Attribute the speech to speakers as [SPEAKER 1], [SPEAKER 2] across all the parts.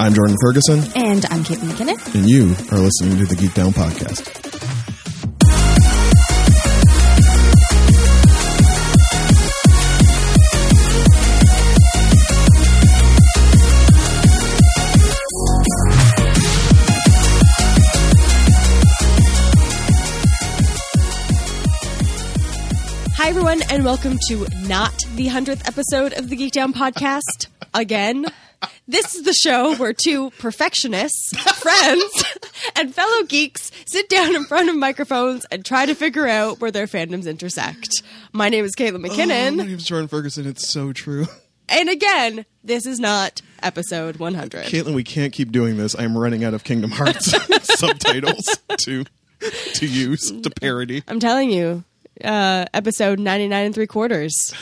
[SPEAKER 1] I'm Jordan Ferguson,
[SPEAKER 2] And I'm Kate McKinnon.
[SPEAKER 1] and you are listening to the Geek Down Podcast.
[SPEAKER 2] Hi, everyone, and welcome to not the 100th episode of the Geek Down podcast again. This is the show where two perfectionists, friends, and fellow geeks sit down in front of microphones and try to figure out where their fandoms intersect. My name is Caitlin McKinnon,
[SPEAKER 1] name's Jordan Ferguson. It's so true.
[SPEAKER 2] and again, this is not episode 100.
[SPEAKER 1] Caitlin, we can't keep doing this. I'm running out of Kingdom Hearts subtitles to to use to parody.
[SPEAKER 2] I'm telling you, uh, episode 99 and three quarters,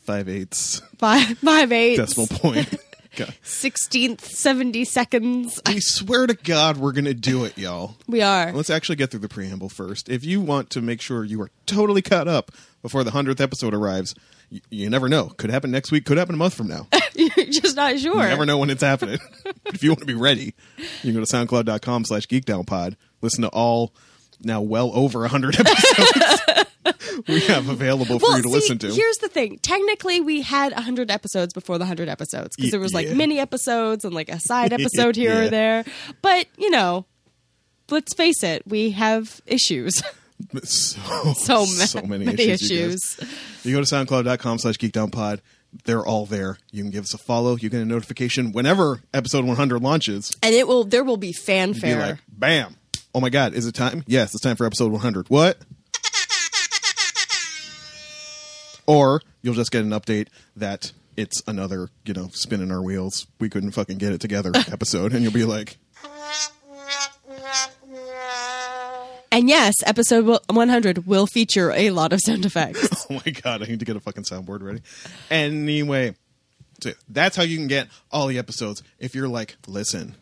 [SPEAKER 1] Five eighths
[SPEAKER 2] five, five eighths,
[SPEAKER 1] decimal point. God.
[SPEAKER 2] 16th, 70 seconds.
[SPEAKER 1] I swear to God, we're gonna do it, y'all.
[SPEAKER 2] We are.
[SPEAKER 1] Let's actually get through the preamble first. If you want to make sure you are totally caught up before the hundredth episode arrives, you, you never know. Could happen next week. Could happen a month from now.
[SPEAKER 2] You're just not sure.
[SPEAKER 1] You never know when it's happening. if you want to be ready, you can go to soundcloud.com slash geekdownpod. Listen to all now well over 100 episodes we have available for
[SPEAKER 2] Well,
[SPEAKER 1] you to
[SPEAKER 2] see,
[SPEAKER 1] listen to.
[SPEAKER 2] here's the thing. Technically, we had 100 episodes before the 100 episodes because
[SPEAKER 1] Ye-
[SPEAKER 2] there was like
[SPEAKER 1] yeah.
[SPEAKER 2] mini episodes and like a side episode here
[SPEAKER 1] Yeah.
[SPEAKER 2] or there. But, you know, let's face it, we have issues.
[SPEAKER 1] So,
[SPEAKER 2] So, ma-
[SPEAKER 1] so many, issues. you guys.
[SPEAKER 2] issues.
[SPEAKER 1] You go to soundcloud.com slash geekdownpod. They're all there. You can give us a follow. You get a notification whenever episode 100 launches.
[SPEAKER 2] And it will there will be
[SPEAKER 1] Be
[SPEAKER 2] fanfare.
[SPEAKER 1] like, bam. Oh my God, is it time? Yes, it's time for episode 100. What? Or you'll just get an update that it's another, you know, spinning our wheels. We couldn't fucking get it together episode. And you'll be like,
[SPEAKER 2] and yes, episode will- 100 will feature a lot of sound effects.
[SPEAKER 1] oh my God, I need to get a fucking soundboard ready. Anyway, so that's how you can get all the episodes if you're like, listen,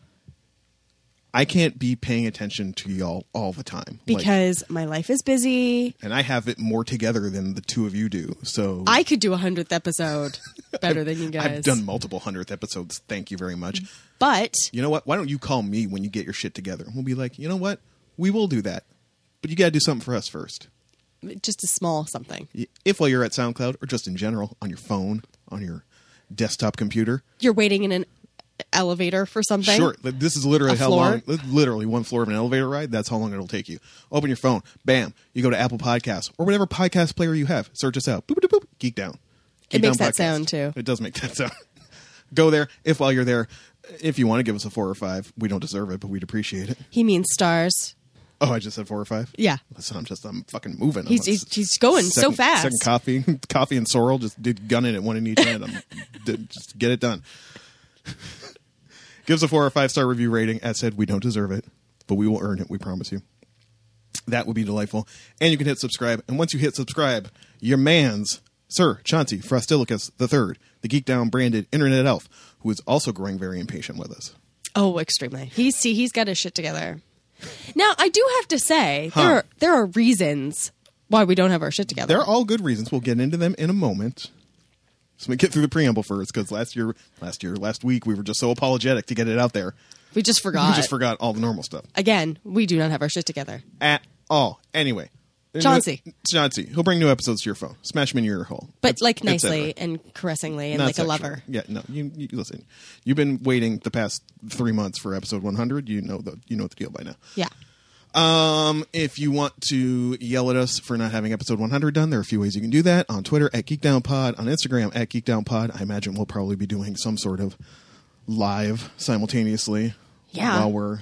[SPEAKER 1] I can't be paying attention to y'all all the time. Like,
[SPEAKER 2] because my life is busy.
[SPEAKER 1] and I have it more together than the two of you do. So
[SPEAKER 2] I could do a 100th episode better than you guys.
[SPEAKER 1] I've done multiple hundredth episodes. Thank you very much.
[SPEAKER 2] But
[SPEAKER 1] You know what? Why don't you call me when you get your shit together? We'll be like, you know what? We will do that, but you got to do something for us first.
[SPEAKER 2] just a small something.
[SPEAKER 1] Y- If while you're at SoundCloud or just in general on your phone, on your desktop computer,
[SPEAKER 2] You're waiting in an elevator for something.
[SPEAKER 1] sure. li- This is literally
[SPEAKER 2] A
[SPEAKER 1] how
[SPEAKER 2] floor?
[SPEAKER 1] long. li- Literally one floor of an elevator ride. That's how long it'll take you. Open your phone. Bam. You go to Apple Podcasts or whatever podcast player you have. Search us out. Boop boop boop. Geek down.
[SPEAKER 2] It
[SPEAKER 1] Geek
[SPEAKER 2] makes
[SPEAKER 1] Down
[SPEAKER 2] that sound, too.
[SPEAKER 1] It does make that sound. go there. If while you're there, if you want to give us a four or five, we don't deserve it, but we'd appreciate it.
[SPEAKER 2] He means stars.
[SPEAKER 1] Oh, I just said four or five.
[SPEAKER 2] Yeah.
[SPEAKER 1] Listen, I'm just I'm fucking moving. I'm
[SPEAKER 2] He's-
[SPEAKER 1] on
[SPEAKER 2] he's-
[SPEAKER 1] s-
[SPEAKER 2] he's going so
[SPEAKER 1] second-
[SPEAKER 2] fast.
[SPEAKER 1] Second coffee, coffee and sorrel just did gunning at one in each hand. I'm did, just get it done. Give us a four or five star review rating. As said, we don't deserve it, but we will earn it. We promise you. That would be delightful. And you can hit subscribe. And once you hit subscribe, your man's Sir Chauncey Frostilicus III, the Geek Down branded internet elf, who is also growing very impatient with us.
[SPEAKER 2] Oh, extremely. He's see, he's got his shit together. Now, I do have to say
[SPEAKER 1] Huh.
[SPEAKER 2] there are there are reasons why we don't have our shit together.
[SPEAKER 1] They're all good reasons. We'll get into them in a moment. So we get through the preamble first, because last year, last year, last week, we were just so apologetic to get it out there.
[SPEAKER 2] we just forgot.
[SPEAKER 1] We just forgot all the normal stuff
[SPEAKER 2] Again, we do not have our shit together.
[SPEAKER 1] at all. Anyway,
[SPEAKER 2] Chauncey.
[SPEAKER 1] Chauncey, he'll bring new episodes to your phone. Smash them in your ear hole,
[SPEAKER 2] But
[SPEAKER 1] et-
[SPEAKER 2] like
[SPEAKER 1] et cetera.
[SPEAKER 2] nicely and caressingly and
[SPEAKER 1] Not
[SPEAKER 2] like
[SPEAKER 1] sexual.
[SPEAKER 2] a lover.
[SPEAKER 1] Yeah, no. You, you listen. You've been waiting the past three months for episode 100. You know the you know the deal by now.
[SPEAKER 2] Yeah.
[SPEAKER 1] Um, if you want to yell at us for not having episode 100 done, there are a few ways you can do that on Twitter at GeekdownPod, on Instagram at GeekdownPod. I imagine we'll probably be doing some sort of live simultaneously
[SPEAKER 2] Yeah.
[SPEAKER 1] while we're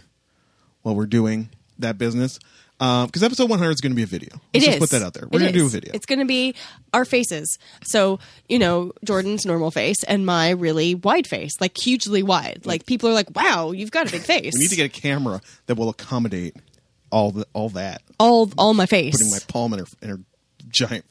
[SPEAKER 1] while we're doing that business. Because episode 100 is going to be a video.
[SPEAKER 2] It
[SPEAKER 1] Let's
[SPEAKER 2] is.
[SPEAKER 1] just put that out there. We're
[SPEAKER 2] It
[SPEAKER 1] going to do a
[SPEAKER 2] is.
[SPEAKER 1] video.
[SPEAKER 2] It's going to be our faces. So, you know, Jordan's normal face and my really wide face, like hugely wide. Like people are like, "Wow, you've got a big face."
[SPEAKER 1] we need to get a camera that will accommodate all the, all that.
[SPEAKER 2] all all my face.
[SPEAKER 1] Putting my palm in her, in her giant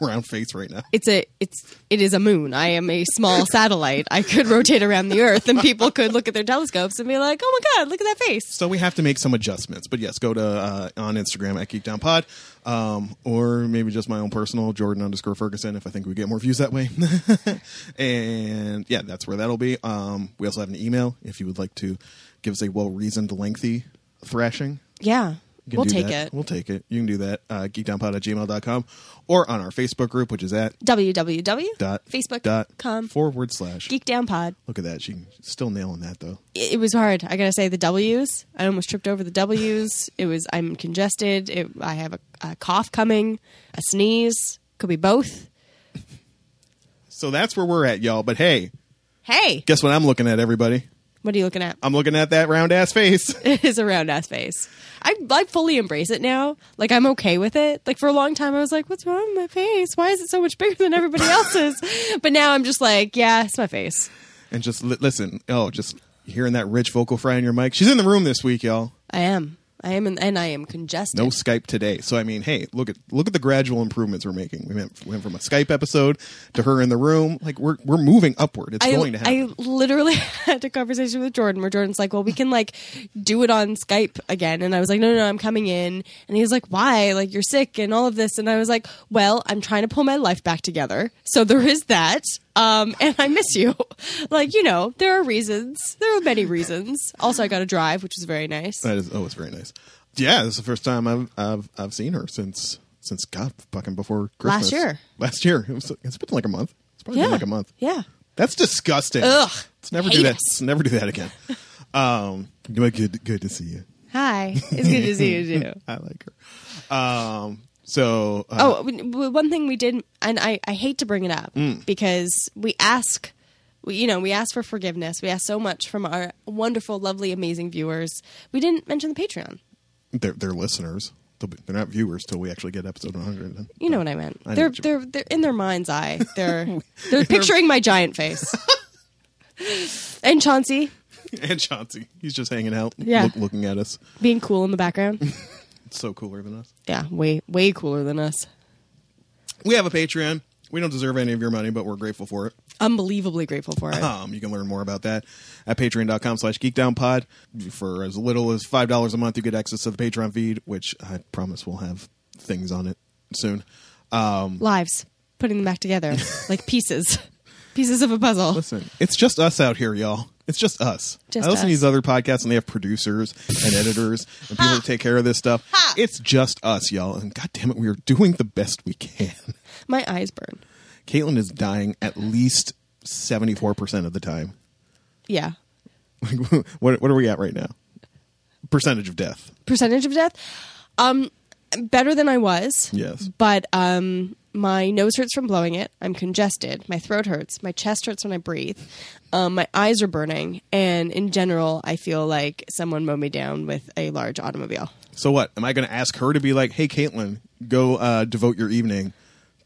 [SPEAKER 1] round face right now.
[SPEAKER 2] It's a it's it is a moon. I am a small satellite. I could rotate around the Earth, and people could look at their telescopes and be like, "Oh my God, look at that face!"
[SPEAKER 1] So we have to make some adjustments. But yes, go to uh, on Instagram at GeekdownPod, um, or maybe just my own personal Jordan underscore Ferguson if I think we get more views that way. and yeah, that's where that'll be. Um, we also have an email if you would like to give us a well reasoned, lengthy thrashing.
[SPEAKER 2] Yeah,
[SPEAKER 1] You can
[SPEAKER 2] we'll
[SPEAKER 1] do
[SPEAKER 2] take
[SPEAKER 1] that.
[SPEAKER 2] it.
[SPEAKER 1] We'll take it. You can do that. Uh, geekdownpod at gmail.com or on our Facebook group, which is at dot dot
[SPEAKER 2] www.facebook.com
[SPEAKER 1] forward slash.
[SPEAKER 2] Geek Down Pod.
[SPEAKER 1] Look at that. She's still nailing that though.
[SPEAKER 2] It, it was hard. I gotta say the W's. I almost tripped over the W's. it was I'm congested. It, I have a, a cough coming, a sneeze. Could be both.
[SPEAKER 1] So that's where we're at, y'all. But hey,
[SPEAKER 2] Hey,
[SPEAKER 1] guess what I'm looking at, everybody?
[SPEAKER 2] what are you looking at?
[SPEAKER 1] I'm looking at that round ass face.
[SPEAKER 2] It is a round ass face. I I fully embrace it now. Like I'm okay with it. Like for a long time I was like, what's wrong with my face? Why is it so much bigger than everybody else's? but now I'm just like, yeah, it's my face.
[SPEAKER 1] and just li- listen. Oh, just hearing that rich vocal fry in your mic. She's in the room this week, y'all.
[SPEAKER 2] I am. I am in, and I am congested.
[SPEAKER 1] No Skype today. So I mean, hey, look at look at the gradual improvements we're making. We went, went from a Skype episode to her in the room. Like we're we're moving upward. It's
[SPEAKER 2] I,
[SPEAKER 1] going to happen.
[SPEAKER 2] I literally had a conversation with Jordan where Jordan's like, "Well, we can like do it on Skype again," and I was like, "No, no, no I'm coming in." And he was like, "Why? Like you're sick and all of this." And I was like, "Well, I'm trying to pull my life back together, so there is that." Um, and I miss you. Like you know, there are reasons. There are many reasons. Also, I got a drive, which was very nice.
[SPEAKER 1] that is oh, it's very nice. Yeah, this is the first time I've I've I've seen her since since God fucking before Christmas
[SPEAKER 2] Last year.
[SPEAKER 1] Last year. It was, it's been like a month. It's probably
[SPEAKER 2] yeah,
[SPEAKER 1] been like a month.
[SPEAKER 2] Yeah.
[SPEAKER 1] That's disgusting.
[SPEAKER 2] Ugh.
[SPEAKER 1] Let's never do
[SPEAKER 2] Hate
[SPEAKER 1] that.
[SPEAKER 2] us.
[SPEAKER 1] Let's never do that again. Um, good good to see you.
[SPEAKER 2] Hi, it's good to see you too.
[SPEAKER 1] I like her. Um, so uh,
[SPEAKER 2] Oh, w- w- one thing we did, and I, I hate to bring it up
[SPEAKER 1] Mm.
[SPEAKER 2] because we ask, we, you know, we ask for forgiveness. We ask so much from our wonderful, lovely, amazing viewers. We didn't mention the Patreon.
[SPEAKER 1] they're they're listeners. They'll be- They're not viewers till we actually get episode 100. then.
[SPEAKER 2] You know what I meant.
[SPEAKER 1] Oh, I know
[SPEAKER 2] they're
[SPEAKER 1] what you
[SPEAKER 2] they're they're in their mind's eye. They're they're picturing my giant face. and Chauncey
[SPEAKER 1] And Chauncey, he's just hanging out,
[SPEAKER 2] Yeah.
[SPEAKER 1] look, looking at us.
[SPEAKER 2] being cool in the background.
[SPEAKER 1] It's so cooler than us.
[SPEAKER 2] Yeah, way way cooler than us.
[SPEAKER 1] We have a Patreon. We don't deserve any of your money, but we're grateful for it.
[SPEAKER 2] Unbelievably grateful for it.
[SPEAKER 1] Um, you can learn more about that at patreon.com slash geekdownpod. For as little as $5 a month, you get access to the Patreon feed, which I promise will have things on it soon.
[SPEAKER 2] Lives putting them back together like pieces, pieces of a puzzle.
[SPEAKER 1] Listen, it's just us out here, y'all. It's just us.
[SPEAKER 2] Just
[SPEAKER 1] I listen to
[SPEAKER 2] us.
[SPEAKER 1] these other podcasts and they have producers and editors and people that take care of this stuff. It's just us, y'all. And god damn it, we are doing the best we can.
[SPEAKER 2] My eyes burn.
[SPEAKER 1] Caitlin is dying at least seventy four percent of the time.
[SPEAKER 2] Yeah.
[SPEAKER 1] Like what what are we at right now? Percentage of death.
[SPEAKER 2] percentage of death um better than i was
[SPEAKER 1] Yes.
[SPEAKER 2] but um my nose hurts from blowing it i'm congested my throat hurts my chest hurts when i breathe um, my eyes are burning and in general i feel like someone mowed me down with a large automobile
[SPEAKER 1] So what? Am I gonna ask her to be like, hey Caitlin, go uh, devote your evening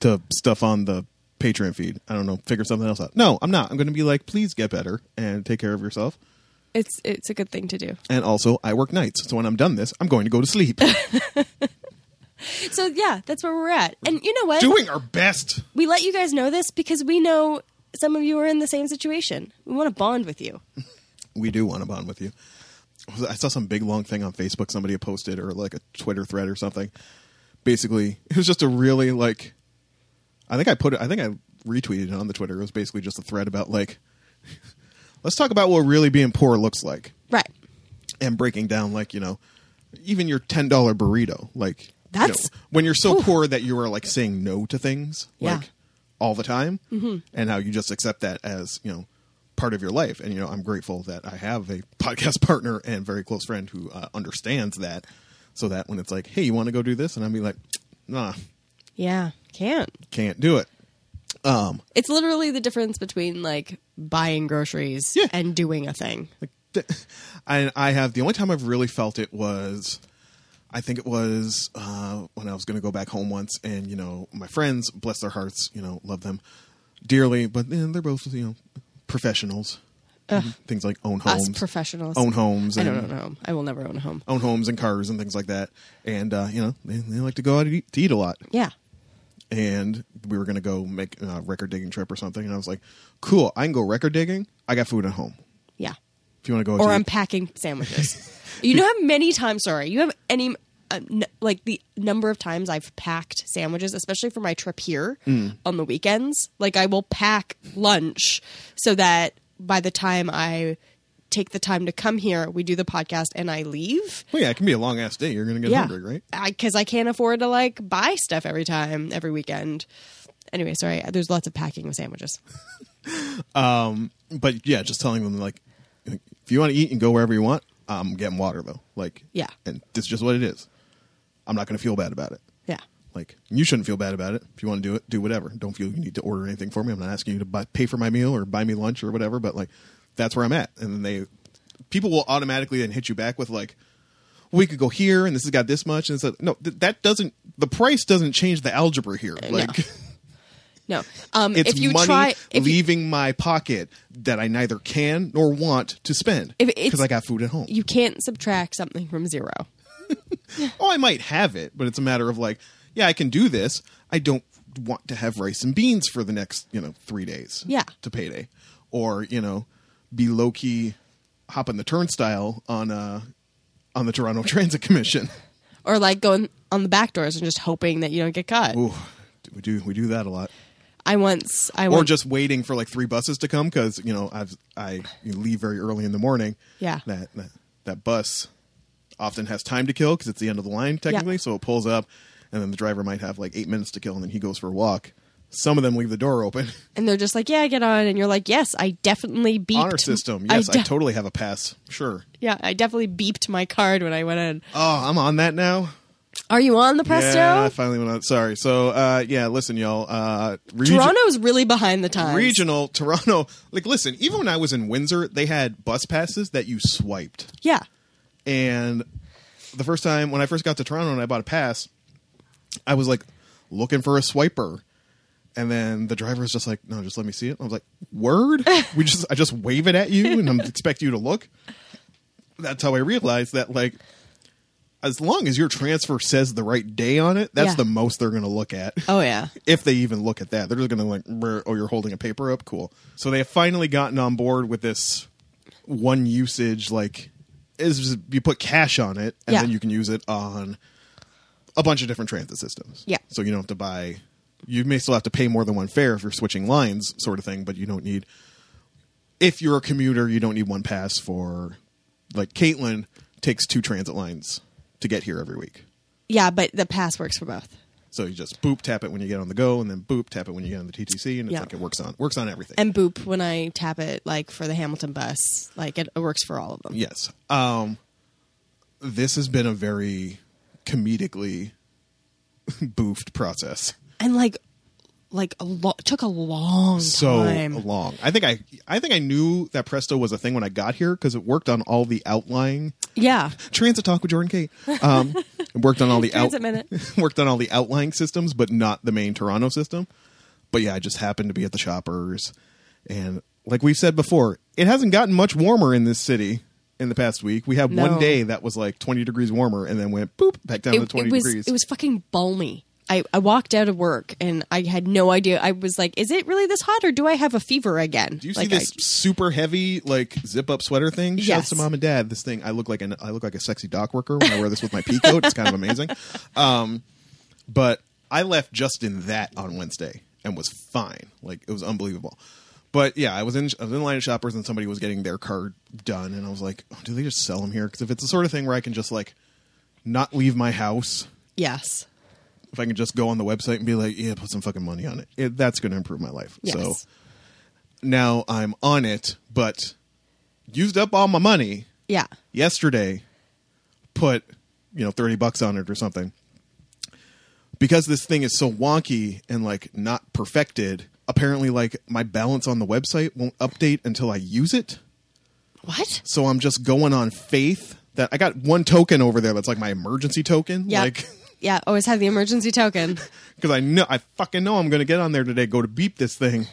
[SPEAKER 1] to stuff on the Patreon feed. I don't know, figure something else out. No, I'm not. I'm gonna be like, please get better and take care of yourself.
[SPEAKER 2] it's it's a good thing to do
[SPEAKER 1] And also, I work nights. So when I'm done this, I'm going to go to sleep.
[SPEAKER 2] so yeah that's where we're at and you know what
[SPEAKER 1] Doing our best.
[SPEAKER 2] we let you guys know this because we know some of you are in the same situation we want to bond with you
[SPEAKER 1] We do want to bond with you. I saw some big long thing on Facebook somebody had posted or like a Twitter thread or something. Basically, it was just a really like I think I put it I think I retweeted it on the Twitter. It was basically just a thread about like let's talk about what really being poor looks like
[SPEAKER 2] right
[SPEAKER 1] and breaking down like, you know, even your $10 burrito. Like you
[SPEAKER 2] That's-
[SPEAKER 1] know, when you're so poor that you are like saying no to things
[SPEAKER 2] Yeah. Mm-hmm.
[SPEAKER 1] like all the time and how you just accept that as you know part of your life and you know i'm grateful that i have a podcast partner and very close friend who uh, understands that so that when it's like hey you want to go do this and i'll be like nah
[SPEAKER 2] yeah can't
[SPEAKER 1] can't do it
[SPEAKER 2] It's literally the difference between like buying groceries
[SPEAKER 1] Yeah.
[SPEAKER 2] and doing a thing.
[SPEAKER 1] I, I have the only time I've really felt it was, I think it was uh, when I was going to go back home once, and you know my friends, bless their hearts, you know love them dearly, but you know, they're both you know professionals, Mm-hmm. things like own
[SPEAKER 2] Us
[SPEAKER 1] homes,
[SPEAKER 2] professionals.
[SPEAKER 1] own homes,
[SPEAKER 2] I
[SPEAKER 1] and Oh.
[SPEAKER 2] don't own a home. I will never own a home.
[SPEAKER 1] own homes and cars and things like that, and uh, you know they, they like to go out to eat, to eat a lot.
[SPEAKER 2] Yeah.
[SPEAKER 1] and we were going to go make a record digging trip or something. And I was like, cool, I can go record digging. I got food at home.
[SPEAKER 2] Yeah.
[SPEAKER 1] If you want to go,
[SPEAKER 2] Or
[SPEAKER 1] to-
[SPEAKER 2] I'm packing sandwiches. you know how many times, sorry, you have any, uh, n- like the number of times I've packed sandwiches, especially for my trip here
[SPEAKER 1] Mm.
[SPEAKER 2] on the weekends. Like I will pack lunch so that by the time I take the time to come here, we do the podcast and I leave.
[SPEAKER 1] well, Oh, yeah, it can be a long ass day. You're going to get hungry, right?
[SPEAKER 2] Because I, can't afford to like buy stuff every time, every weekend. Anyway, sorry. There's lots of packing with sandwiches.
[SPEAKER 1] But yeah, just telling them like, if you want to eat and go wherever you want, I'm getting water though. Like,
[SPEAKER 2] Yeah.
[SPEAKER 1] and this is just what it is. I'm not going to feel bad about it.
[SPEAKER 2] Yeah.
[SPEAKER 1] Like, you shouldn't feel bad about it. If you want to do it, do whatever. Don't feel you need to order anything for me. I'm not asking you to buy, pay for my meal or buy me lunch or whatever. But like, that's where I'm at. And then they, people will automatically then hit you back with like, we could go here and this has got this much. And it's like, no, th- that doesn't. The price doesn't change the algebra here.
[SPEAKER 2] Uh, no.
[SPEAKER 1] Like.
[SPEAKER 2] No. Um,
[SPEAKER 1] It's
[SPEAKER 2] if you
[SPEAKER 1] money
[SPEAKER 2] try, if you,
[SPEAKER 1] leaving my pocket that I neither can nor want to spend
[SPEAKER 2] If it's-
[SPEAKER 1] because I got food at home.
[SPEAKER 2] you can't subtract something from zero.
[SPEAKER 1] oh, I might have it, but it's a matter of like, yeah, I can do this. I don't want to have rice and beans for the next, you know, three days.
[SPEAKER 2] Yeah.
[SPEAKER 1] To payday, or you know, be low key, hop on the turnstile on uh on the Toronto Transit Commission.
[SPEAKER 2] Or like going on the back doors and just hoping that you don't get caught.
[SPEAKER 1] Ooh, we do we do that a lot.
[SPEAKER 2] I once, I
[SPEAKER 1] or
[SPEAKER 2] once,
[SPEAKER 1] just waiting for like three buses to come because you know I've I you leave very early in the morning.
[SPEAKER 2] Yeah.
[SPEAKER 1] that that, that bus often has time to kill because it's the end of the line technically, so it pulls up, and then the driver might have like eight minutes to kill, and then he goes for a walk. Some of them leave the door open.
[SPEAKER 2] and they're just like, yeah, get on. And you're like, yes, I definitely beeped.
[SPEAKER 1] Honor system. Yes, I,
[SPEAKER 2] de-
[SPEAKER 1] totally have a pass. Sure.
[SPEAKER 2] yeah, I definitely beeped my card when I went in.
[SPEAKER 1] Oh, I'm on that now.
[SPEAKER 2] Are you on the Presto?
[SPEAKER 1] Yeah, I finally went on. Sorry. So, uh, yeah, listen, y'all. Uh, regi-
[SPEAKER 2] Toronto's really behind the times.
[SPEAKER 1] regional Toronto. Like, listen, even when I was in Windsor, they had bus passes that you swiped.
[SPEAKER 2] Yeah.
[SPEAKER 1] and the first time when I first got to Toronto and I bought a pass, I was like looking for a swiper, and then the driver was just like, "No, just let me see it." I was like, "Word? we just I just wave it at you and I'm expect you to look." That's how I realized that like. As long as your transfer says the right day on it, that's
[SPEAKER 2] Yeah.
[SPEAKER 1] the most they're going to look at
[SPEAKER 2] Oh, yeah.
[SPEAKER 1] if they even look at that. They're just going to like, "Brr, oh, you're holding a paper up, cool. So they have finally gotten on board with this one usage. Like, is you put cash on it, and
[SPEAKER 2] Yeah.
[SPEAKER 1] then you can use it on a bunch of different transit systems.
[SPEAKER 2] Yeah.
[SPEAKER 1] So you don't have to buy. You may still have to pay more than one fare if you're switching lines, sort of thing. But you don't need. If you're a commuter, you don't need one pass for, like Caitlin takes two transit lines to get here every week.
[SPEAKER 2] Yeah, but the pass works for both.
[SPEAKER 1] So you just boop tap it when you get on the go, and then boop tap it when you get on the TTC, and it's
[SPEAKER 2] Yeah.
[SPEAKER 1] like it works on works on everything.
[SPEAKER 2] And boop when I tap it, like for the Hamilton bus. Like it, it works for all of them.
[SPEAKER 1] yes, um, this has been a very comedically boofed process.
[SPEAKER 2] and like like a lot took a long
[SPEAKER 1] So
[SPEAKER 2] time.
[SPEAKER 1] long. I think I I think I knew that Presto was a thing when I got here because it worked on all the outlying
[SPEAKER 2] Yeah.
[SPEAKER 1] transit talk with Jordan Kate. Um, it worked on all the
[SPEAKER 2] Transit minute.
[SPEAKER 1] worked on all the outlying systems, but not the main Toronto system. But yeah, I just happened to be at the Shoppers, and like we've said before, it hasn't gotten much warmer in this city in the past week. We had one
[SPEAKER 2] No.
[SPEAKER 1] day that was like 20 degrees warmer, and then went boop back down to 20
[SPEAKER 2] was
[SPEAKER 1] degrees.
[SPEAKER 2] it was fucking balmy. I, I walked out of work and I had no idea. I was like, is it really this hot or do I have a fever again?
[SPEAKER 1] Do you
[SPEAKER 2] like
[SPEAKER 1] see this super heavy like zip up sweater thing? Shouts
[SPEAKER 2] Yes.
[SPEAKER 1] to mom and dad. This thing I look like an I look like a sexy dock worker when I wear this with my pea coat. It's kind of amazing. Um, but I left just in that on Wednesday and was fine. Like it was unbelievable. But yeah, I was in I was in line at Shoppers and somebody was getting their card done and I was like, oh, do they just sell them here? Because if it's the sort of thing where I can just like not leave my house,
[SPEAKER 2] I, yes.
[SPEAKER 1] if I can just go on the website and be like, yeah, put some fucking money on it, it that's going to improve my life.
[SPEAKER 2] Yes.
[SPEAKER 1] So now I'm on it, but used up all my money
[SPEAKER 2] yeah.
[SPEAKER 1] yesterday, put, you know, 30 bucks on it or something. Because this thing is so wonky and like not perfected, apparently like my balance on the website won't update until I use it.
[SPEAKER 2] What?
[SPEAKER 1] So I'm just going on faith that I got one token over there that's like my emergency token.
[SPEAKER 2] Yeah.
[SPEAKER 1] Like
[SPEAKER 2] yeah. Always have the emergency token.
[SPEAKER 1] because I know I fucking know I'm going to get on there today. Go to beep this thing,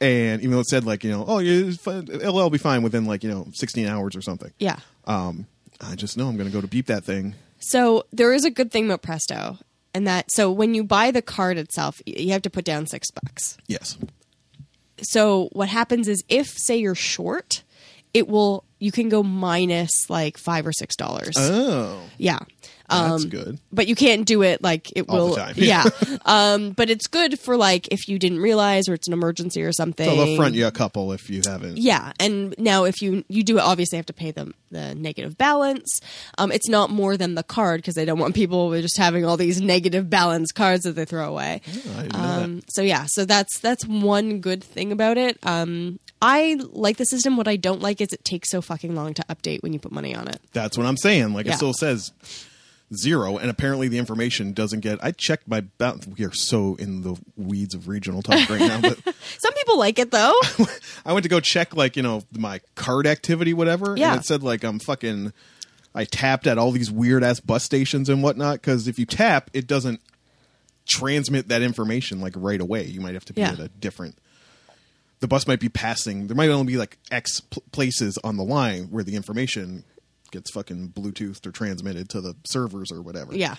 [SPEAKER 1] and even though it said like you know, oh, yeah, it's fine. it'll all be fine within like you know 16 hours or something.
[SPEAKER 2] Yeah.
[SPEAKER 1] Um, I just know I'm going to go to beep that thing.
[SPEAKER 2] So there is a good thing about Presto And that so when you buy the card itself, y- you have to put down six bucks.
[SPEAKER 1] Yes.
[SPEAKER 2] So what happens is if say you're short, it will you can go minus like five or six dollars.
[SPEAKER 1] Oh,
[SPEAKER 2] yeah. Um,
[SPEAKER 1] that's good.
[SPEAKER 2] But you can't do it like it
[SPEAKER 1] All the
[SPEAKER 2] will.
[SPEAKER 1] time.
[SPEAKER 2] Yeah. um, but it's good for like if you didn't realize or it's an emergency or something.
[SPEAKER 1] So they'll front you a couple if you haven't.
[SPEAKER 2] Yeah, and now if you you do obviously have to pay them the negative balance. Um, it's not more than the card because they don't want people with just having all these negative balance cards that they throw away.
[SPEAKER 1] I didn't know that.
[SPEAKER 2] Um, so yeah, so that's that's one good thing about it. Um, I like the system. What I don't like is it takes so fucking long to update when you put money on it.
[SPEAKER 1] That's what I'm saying. Like
[SPEAKER 2] Yeah.
[SPEAKER 1] it still says zero, and apparently the information doesn't get. I checked my balance. We are so in the weeds of regional talk right now, but
[SPEAKER 2] Some people like it though.
[SPEAKER 1] I went to go check like you know my card activity, whatever.
[SPEAKER 2] Yeah.
[SPEAKER 1] and it said like I'm fucking. I tapped at all these weird ass bus stations and whatnot because if you tap, it doesn't transmit that information like right away. You might have to be
[SPEAKER 2] Yeah.
[SPEAKER 1] at a different. The bus might be passing. There might only be like X pl- places on the line where the information gets fucking Bluetoothed or transmitted to the servers or whatever.
[SPEAKER 2] yeah.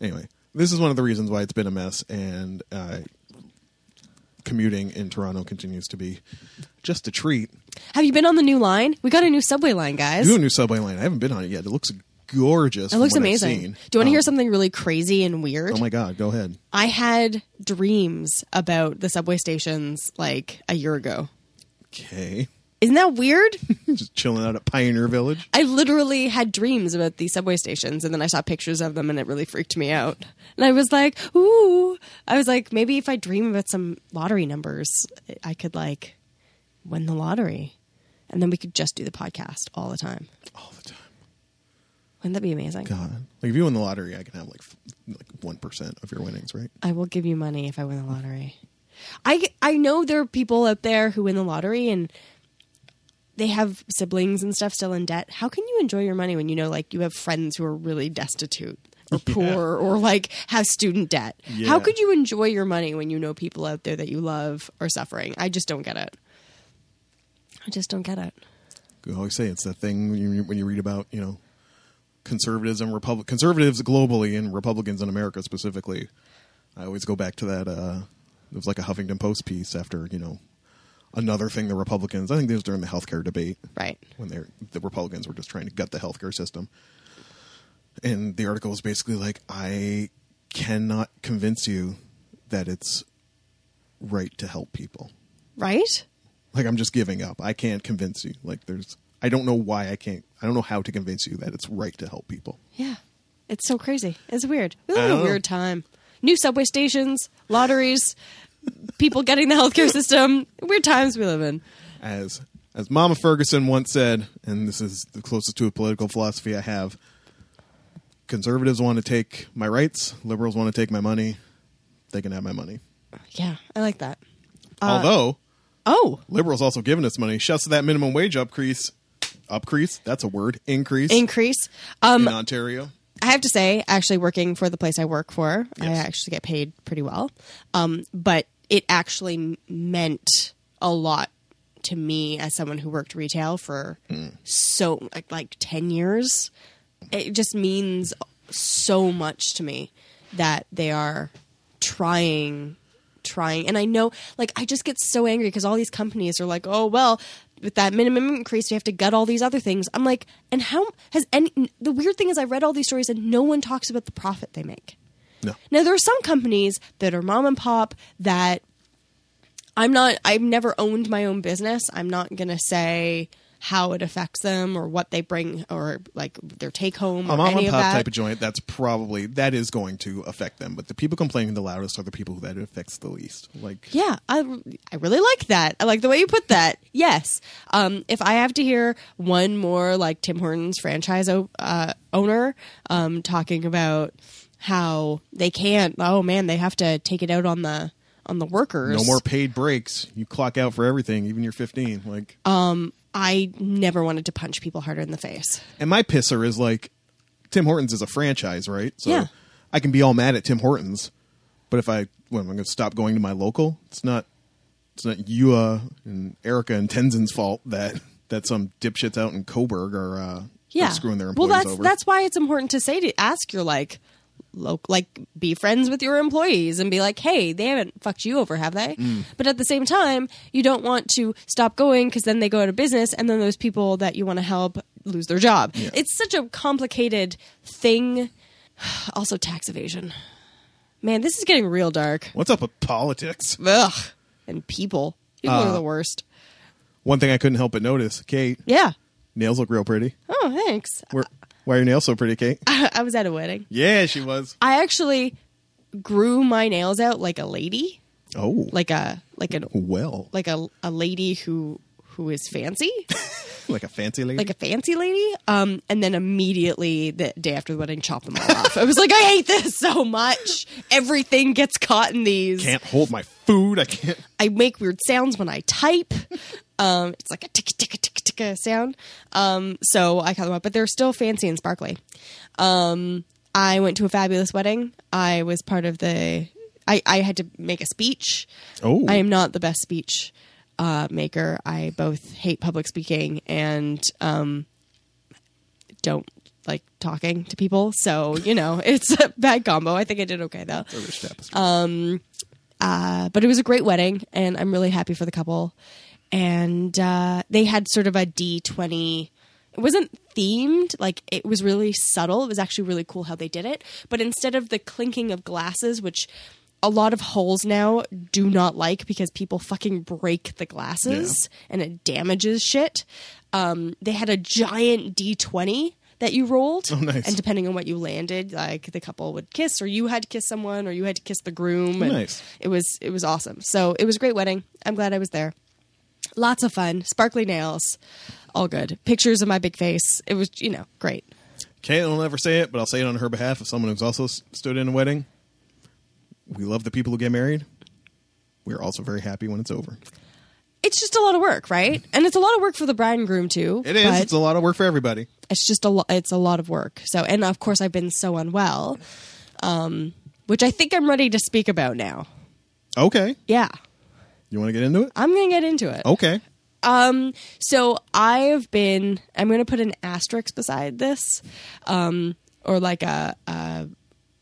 [SPEAKER 1] Anyway, this is one of the reasons why it's been a mess, and uh, commuting in Toronto continues to be just a treat.
[SPEAKER 2] Have you been on the new line? We got a new subway line, guys.
[SPEAKER 1] Do a new subway line. I haven't been on it yet. It looks gorgeous.
[SPEAKER 2] it looks amazing. Do you want to hear something really crazy and weird?
[SPEAKER 1] Um, Oh my god, go ahead.
[SPEAKER 2] I had dreams about the subway stations like a year ago.
[SPEAKER 1] Okay,
[SPEAKER 2] Isn't that weird?
[SPEAKER 1] just chilling out at Pioneer Village.
[SPEAKER 2] I literally had dreams about these subway stations and then I saw pictures of them and it really freaked me out. And I was like, ooh. I was like, maybe if I dream about some lottery numbers, I could like win the lottery. And then we could just do the podcast all the time.
[SPEAKER 1] All the time.
[SPEAKER 2] Wouldn't that be amazing?
[SPEAKER 1] God, like if you win the lottery, I can have like f- like one percent of your winnings, right?
[SPEAKER 2] I will give you money if I win the lottery. I I know there are people out there who win the lottery and they have siblings and stuff still in debt. How can you enjoy your money when you know like you have friends who are really destitute or
[SPEAKER 1] Yeah.
[SPEAKER 2] poor or like have student debt?
[SPEAKER 1] Yeah.
[SPEAKER 2] How could you enjoy your money when you know people out there that you love are suffering? I just don't get it. I just don't get it.
[SPEAKER 1] We always say it's that thing when you, when you read about you know conservatives and republic conservatives globally and Republicans in America specifically. I always go back to that. Uh, it was like a Huffington Post piece after you know another thing the Republicans. I think this was during the healthcare debate.
[SPEAKER 2] Right.
[SPEAKER 1] when they the Republicans were just trying to gut the healthcare system. And the article was basically like, I cannot convince you that it's right to help people.
[SPEAKER 2] Right?
[SPEAKER 1] Like I'm just giving up. I can't convince you. Like there's I don't know why I can't I don't know how to convince you that it's right to help people.
[SPEAKER 2] Yeah. It's so crazy. It's weird. We live
[SPEAKER 1] I
[SPEAKER 2] in a
[SPEAKER 1] know.
[SPEAKER 2] weird time. New subway stations, lotteries, people getting the healthcare system. Weird times we live in.
[SPEAKER 1] As as Mama Ferguson once said, and this is the closest to a political philosophy I have, conservatives want to take my rights, liberals want to take my money. They can have my money.
[SPEAKER 2] Yeah, I like that.
[SPEAKER 1] Although
[SPEAKER 2] Oh,
[SPEAKER 1] liberals also giving us money. Shouts to that minimum wage upcrease, upcrease. That's a word. Increase
[SPEAKER 2] increase. Um,
[SPEAKER 1] in Ontario.
[SPEAKER 2] I have to say, actually, working for the place I work for, I
[SPEAKER 1] Yes.
[SPEAKER 2] actually get paid pretty well. Um, but it actually m- meant a lot to me as someone who worked retail for so like, like 10 years. It just means so much to me that they are trying trying and i know like i just get so angry because all these companies are like oh well with that minimum increase we have to gut all these other things i'm like and how has any the weird thing is i read all these stories and no one talks about the profit they make
[SPEAKER 1] No.
[SPEAKER 2] now there are some companies that are mom and pop that I'm not I've never owned my own business. I'm not going to say how it affects them or what they bring or like their take home
[SPEAKER 1] A
[SPEAKER 2] or
[SPEAKER 1] mom and
[SPEAKER 2] any of
[SPEAKER 1] pop
[SPEAKER 2] that.
[SPEAKER 1] type of joint. That's probably that is going to affect them. But the people complaining the loudest are the people who that it affects the least. Like
[SPEAKER 2] yeah, I, I really like that. I like the way you put that. Yes. Um, if I have to hear one more like Tim Hortons franchise o- uh, owner um, talking about how they can't, oh man, they have to take it out on the on the workers.
[SPEAKER 1] no more paid breaks. You clock out for everything, even your fifteen. Like,
[SPEAKER 2] I never wanted to punch people harder in the face.
[SPEAKER 1] and my pisser is like, Tim Hortons is a franchise, right? So
[SPEAKER 2] Yeah.
[SPEAKER 1] I can be all mad at Tim Hortons, but if I when I'm going to stop going to my local, it's not it's not Yua and Erica and Tenzin's fault that that some dipshits out in Coburg are uh, are
[SPEAKER 2] yeah.
[SPEAKER 1] screwing their employees
[SPEAKER 2] well, that's
[SPEAKER 1] over.
[SPEAKER 2] that's why it's important to say to ask your like lo- like be friends with your employees and be like, hey, they haven't fucked you over, have they?
[SPEAKER 1] Mm.
[SPEAKER 2] But at the same time, you don't want to stop going because then they go out of business and then those people that you want to help lose their job. It's such a complicated thing. also, tax evasion. Man, this is getting real dark.
[SPEAKER 1] What's up with politics?
[SPEAKER 2] Ugh. And people. People
[SPEAKER 1] Uh.
[SPEAKER 2] are the worst.
[SPEAKER 1] One thing I couldn't help but notice, Kate,
[SPEAKER 2] Yeah.
[SPEAKER 1] nails look real pretty.
[SPEAKER 2] Oh, thanks.
[SPEAKER 1] Where, why are your nails so pretty, Kate?
[SPEAKER 2] I, I was at a wedding.
[SPEAKER 1] Yeah, she was.
[SPEAKER 2] I actually grew my nails out like a lady,
[SPEAKER 1] Oh,
[SPEAKER 2] like a like an
[SPEAKER 1] well,
[SPEAKER 2] like a a lady who who is fancy,
[SPEAKER 1] like a fancy lady.
[SPEAKER 2] like a fancy lady. Um, and then immediately the day after the wedding, chopped them all off. I was like, I hate this so much. Everything gets caught in these.
[SPEAKER 1] can't hold my food. I can't.
[SPEAKER 2] I make weird sounds when I type. Um, it's like a ticka ticka ticka ticka sound. Um, so I cut them up, but they're still fancy and sparkly. Um, I went to a fabulous wedding. I was part of the. I, I had to make a speech.
[SPEAKER 1] Oh.
[SPEAKER 2] I am not the best speech uh, maker. I both hate public speaking and um, don't like talking to people. So you know, it's a bad combo. I think I did okay though. Uh, but it was a great wedding, and I'm really happy for the couple. And uh, they had sort of a D20. It wasn't themed, like it was really subtle. It was actually really cool how they did it. But instead of the clinking of glasses, which a lot of holes now do not like because people fucking break the glasses and it damages shit, um, they had a giant D20 that you rolled.
[SPEAKER 1] Oh, nice.
[SPEAKER 2] And depending on what you landed, like the couple would kiss, or you had to kiss someone, or you had to kiss the groom. and
[SPEAKER 1] Nice.
[SPEAKER 2] It was it was awesome. So it was a great wedding. I'm glad I was there. Lots of fun, sparkly nails, all good. Pictures of my big face. It was you know great.
[SPEAKER 1] Kate will never say it, but I'll say it on her behalf of someone who's also s- stood in a wedding. We love the people who get married. We're also very happy when it's over.
[SPEAKER 2] It's just a lot of work, right? And it's a lot of work for the bride and groom too.
[SPEAKER 1] It is.
[SPEAKER 2] but
[SPEAKER 1] it's a lot of work for everybody.
[SPEAKER 2] it's just a lot. It's a lot of work. So and of course I've been so unwell, um, which I think I'm ready to speak about now.
[SPEAKER 1] Okay.
[SPEAKER 2] Yeah,
[SPEAKER 1] You want to get into it?
[SPEAKER 2] I'm gonna get into it.
[SPEAKER 1] Okay.
[SPEAKER 2] Um, so I've been, I'm going to put an asterisk beside this, um, or like a, a,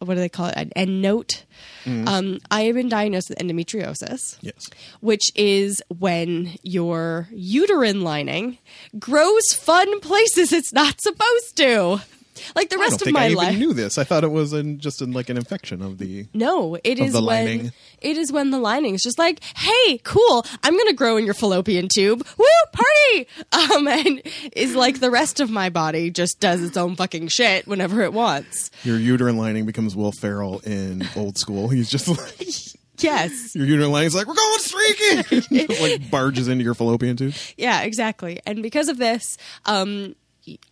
[SPEAKER 2] what do they call it? An end note.
[SPEAKER 1] Mm.
[SPEAKER 2] Um, I have been diagnosed with endometriosis,
[SPEAKER 1] Yes.
[SPEAKER 2] which is when your uterine lining grows fun places it's not supposed to. Like the
[SPEAKER 1] I
[SPEAKER 2] rest
[SPEAKER 1] don't
[SPEAKER 2] of
[SPEAKER 1] think
[SPEAKER 2] my
[SPEAKER 1] I even
[SPEAKER 2] life.
[SPEAKER 1] knew this. I thought it was in, just in like an infection of the.
[SPEAKER 2] No, it is
[SPEAKER 1] the
[SPEAKER 2] when
[SPEAKER 1] lining.
[SPEAKER 2] it is when the lining is just like, hey, cool, I'm gonna grow in your fallopian tube, woo, party, um, and is like the rest of my body just does its own fucking shit whenever it wants.
[SPEAKER 1] Your uterine lining becomes Will Ferrell in old school. He's just like
[SPEAKER 2] Yes,
[SPEAKER 1] your uterine lining's like we're going streaking, like barges into your fallopian tube.
[SPEAKER 2] yeah, exactly. And because of this, um,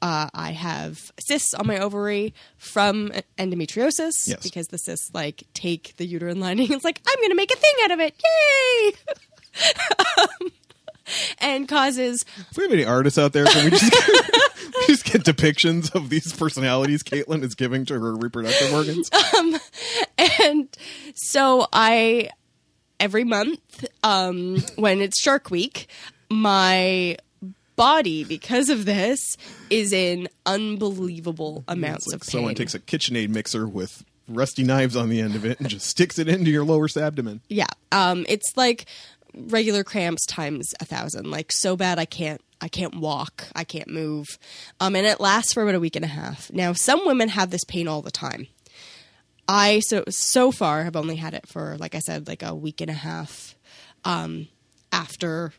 [SPEAKER 2] uh, I have cysts on my ovary from endometriosis
[SPEAKER 1] Yes.
[SPEAKER 2] because the cysts like take the uterine lining. It's like I'm gonna make a thing out of it, yay! Um, and causes
[SPEAKER 1] If we have any artists out there, can we just get, just get depictions of these personalities Caitlin is giving to her reproductive organs?
[SPEAKER 2] and so I every month um when it's shark week my body because of this is in unbelievable amounts
[SPEAKER 1] It's
[SPEAKER 2] of
[SPEAKER 1] like
[SPEAKER 2] pain
[SPEAKER 1] someone takes a KitchenAid mixer with rusty knives on the end of it and just sticks it into your lower abdomen.
[SPEAKER 2] yeah um it's like regular cramps times a thousand like so bad i can't i can't walk i can't move um and it lasts for about a week and a half now some women have this pain all the time i so so far have only had it for like i said like a week and a half um after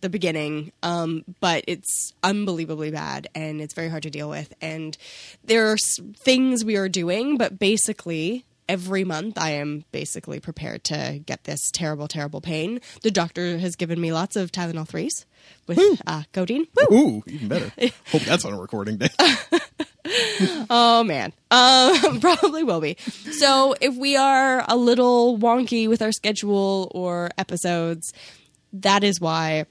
[SPEAKER 2] the beginning um but it's unbelievably bad and it's very hard to deal with and there are s- things we are doing but basically every month i am basically prepared to get this terrible terrible pain the doctor has given me lots of tylenol 3s with uh, codeine Woo!
[SPEAKER 1] Ooh, even better. Hope that's on a recording day.
[SPEAKER 2] Oh man, um, probably will be. So if we are a little wonky with our schedule or episodes, that is why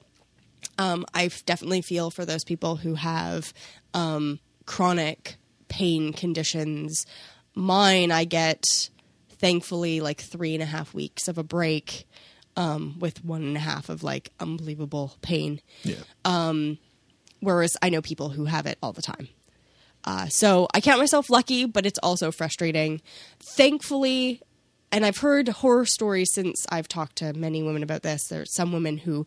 [SPEAKER 2] um, I f- definitely feel for those people who have um, chronic pain conditions. Mine, I get thankfully like three and a half weeks of a break um, with one and a half of like unbelievable pain
[SPEAKER 1] Yeah.
[SPEAKER 2] whereas I know people who have it all the time. Uh, so I count myself lucky, but it's also frustrating. Thankfully, and I've heard horror stories since I've talked to many women about this. There's some women who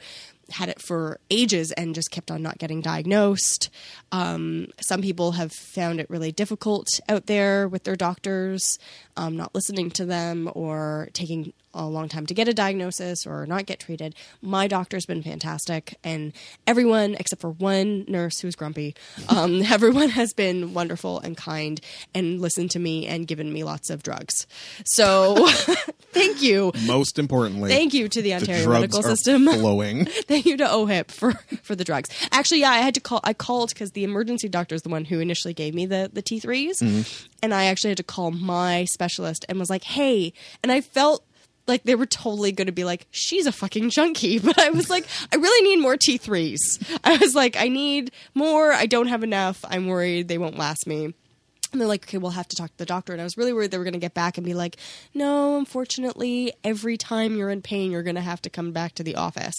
[SPEAKER 2] had it for ages and just kept on not getting diagnosed. Um, some people have found it really difficult out there with their doctors, um, not listening to them or taking a long time to get a diagnosis or not get treated. My doctor's been fantastic, and everyone except for one nurse who's grumpy, um, everyone has been wonderful and kind and listened to me and given me lots of drugs. So thank you.
[SPEAKER 1] Most importantly,
[SPEAKER 2] Thank you to the
[SPEAKER 1] the
[SPEAKER 2] Ontario
[SPEAKER 1] drugs
[SPEAKER 2] medical
[SPEAKER 1] are
[SPEAKER 2] system.
[SPEAKER 1] flowing.
[SPEAKER 2] Thank you to OHIP for for the drugs. Actually, yeah, I had to call. I called because the emergency doctor is the one who initially gave me the the T 3s and I actually had to call my specialist and was like, "Hey," and I felt. Like they were totally going to be like, she's a fucking junkie, but I was like, I really need more T threes. I was like, I need more. I don't have enough. I'm worried they won't last me. And they're like, okay, we'll have to talk to the doctor. And I was really worried they were going to get back and be like, no, unfortunately, every time you're in pain, you're going to have to come back to the office.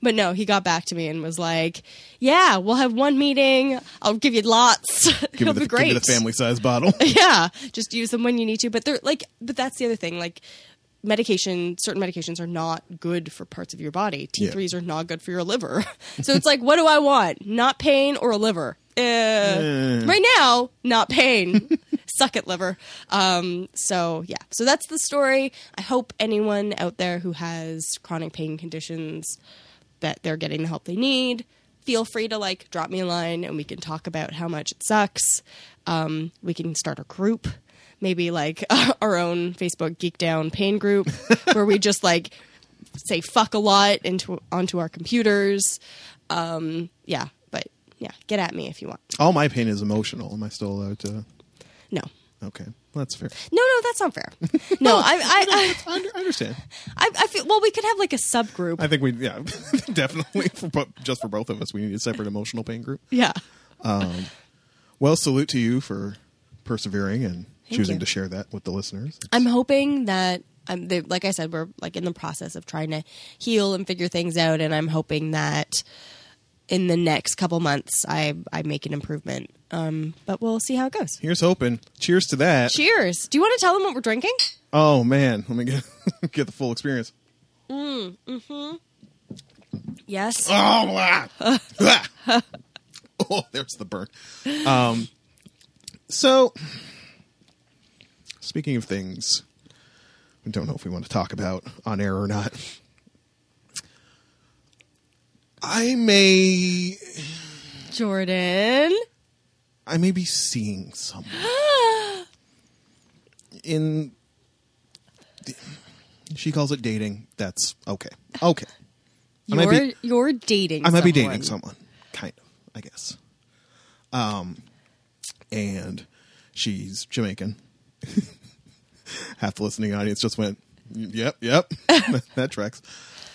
[SPEAKER 2] But no, he got back to me and was like, yeah, we'll have one meeting. I'll give you lots.
[SPEAKER 1] Give
[SPEAKER 2] It'll
[SPEAKER 1] me, the,
[SPEAKER 2] be great.
[SPEAKER 1] give me the family size bottle.
[SPEAKER 2] Yeah, just use them when you need to. But they're like, but that's the other thing. Like, medication, certain medications are not good for parts of your body. T threes are not good for your liver. so it's like, what do I want? Not pain or a liver? Uh, Right now, not pain. Suck it, liver. Um, so yeah, so that's the story. I hope anyone out there who has chronic pain conditions that they're getting the help they need. Feel free to like drop me a line and we can talk about how much it sucks. Um, we can start a group, maybe like our own Facebook Geek Down Pain group, where we just like say fuck a lot into onto our computers. Um, yeah, but yeah, get at me if you want.
[SPEAKER 1] All my pain is emotional. Am I still allowed to?
[SPEAKER 2] No,
[SPEAKER 1] Okay, that's fair.
[SPEAKER 2] no, no, that's not fair. No, I, I,
[SPEAKER 1] I under- I understand.
[SPEAKER 2] I, I feel well. We could have like a subgroup.
[SPEAKER 1] I think we, yeah, definitely. For, bo- just for both of us, we need a separate emotional pain group.
[SPEAKER 2] Yeah.
[SPEAKER 1] Well, salute to you for persevering and choosing
[SPEAKER 2] you.
[SPEAKER 1] to share that with the listeners.
[SPEAKER 2] I'm hoping that um, they, like I said, we're like in the process of trying to heal and figure things out, and I'm hoping that in the next couple months I I make an improvement. Um, but we'll see how it goes.
[SPEAKER 1] Here's hoping. Cheers to that.
[SPEAKER 2] Cheers! Do you want to tell them what we're drinking?
[SPEAKER 1] oh man, let me get get the full experience.
[SPEAKER 2] Yes.
[SPEAKER 1] Oh, ah. Ah. oh there's the burn. Um, so, speaking of things, we don't know if we want to talk about on air or not. I may,
[SPEAKER 2] Jordan.
[SPEAKER 1] I may be seeing someone in. She calls it dating. That's okay. Okay. I
[SPEAKER 2] You're
[SPEAKER 1] might be-
[SPEAKER 2] you're dating.
[SPEAKER 1] I might be
[SPEAKER 2] someone.
[SPEAKER 1] dating someone, kind of, I guess. Um, and she's Jamaican. Half the listening audience just went, "Yep, yep, that tracks."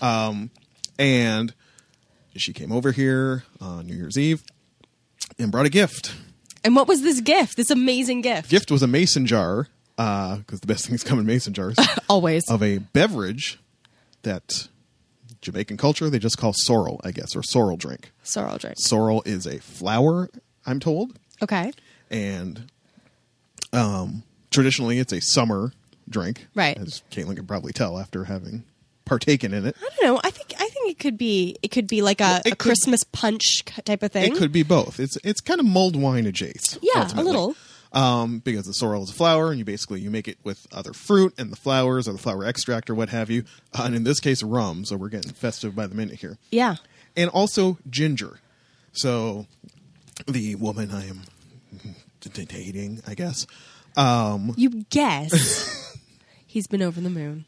[SPEAKER 1] Um, and she came over here on New Year's Eve and brought a gift.
[SPEAKER 2] And what was this gift? This amazing gift.
[SPEAKER 1] Gift was a mason jar, because the best things come in mason jars
[SPEAKER 2] Always.
[SPEAKER 1] of a beverage that Jamaican culture they just call sorrel, I guess, or sorrel drink.
[SPEAKER 2] Sorrel drink.
[SPEAKER 1] sorrel is a flower, I'm told,
[SPEAKER 2] Okay.
[SPEAKER 1] and um, traditionally it's a summer drink,
[SPEAKER 2] Right.
[SPEAKER 1] As Caitlin can probably tell after having partaken in it.
[SPEAKER 2] I don't know. I think I think it could be it could be like a,
[SPEAKER 1] it
[SPEAKER 2] a
[SPEAKER 1] could-
[SPEAKER 2] Christmas punch type of thing.
[SPEAKER 1] It could be both. It's it's kind of mulled wine adjacent.
[SPEAKER 2] Yeah,
[SPEAKER 1] ultimately.
[SPEAKER 2] a little.
[SPEAKER 1] Um, because the sorrel is a flower, and you basically you make it with other fruit and the flowers or the flower extract or what have you, uh, and in this case rum. So we're getting festive by the minute here.
[SPEAKER 2] Yeah.
[SPEAKER 1] and also ginger. So the woman I am d- dating, I guess. Um,
[SPEAKER 2] You guess. He's been over the moon.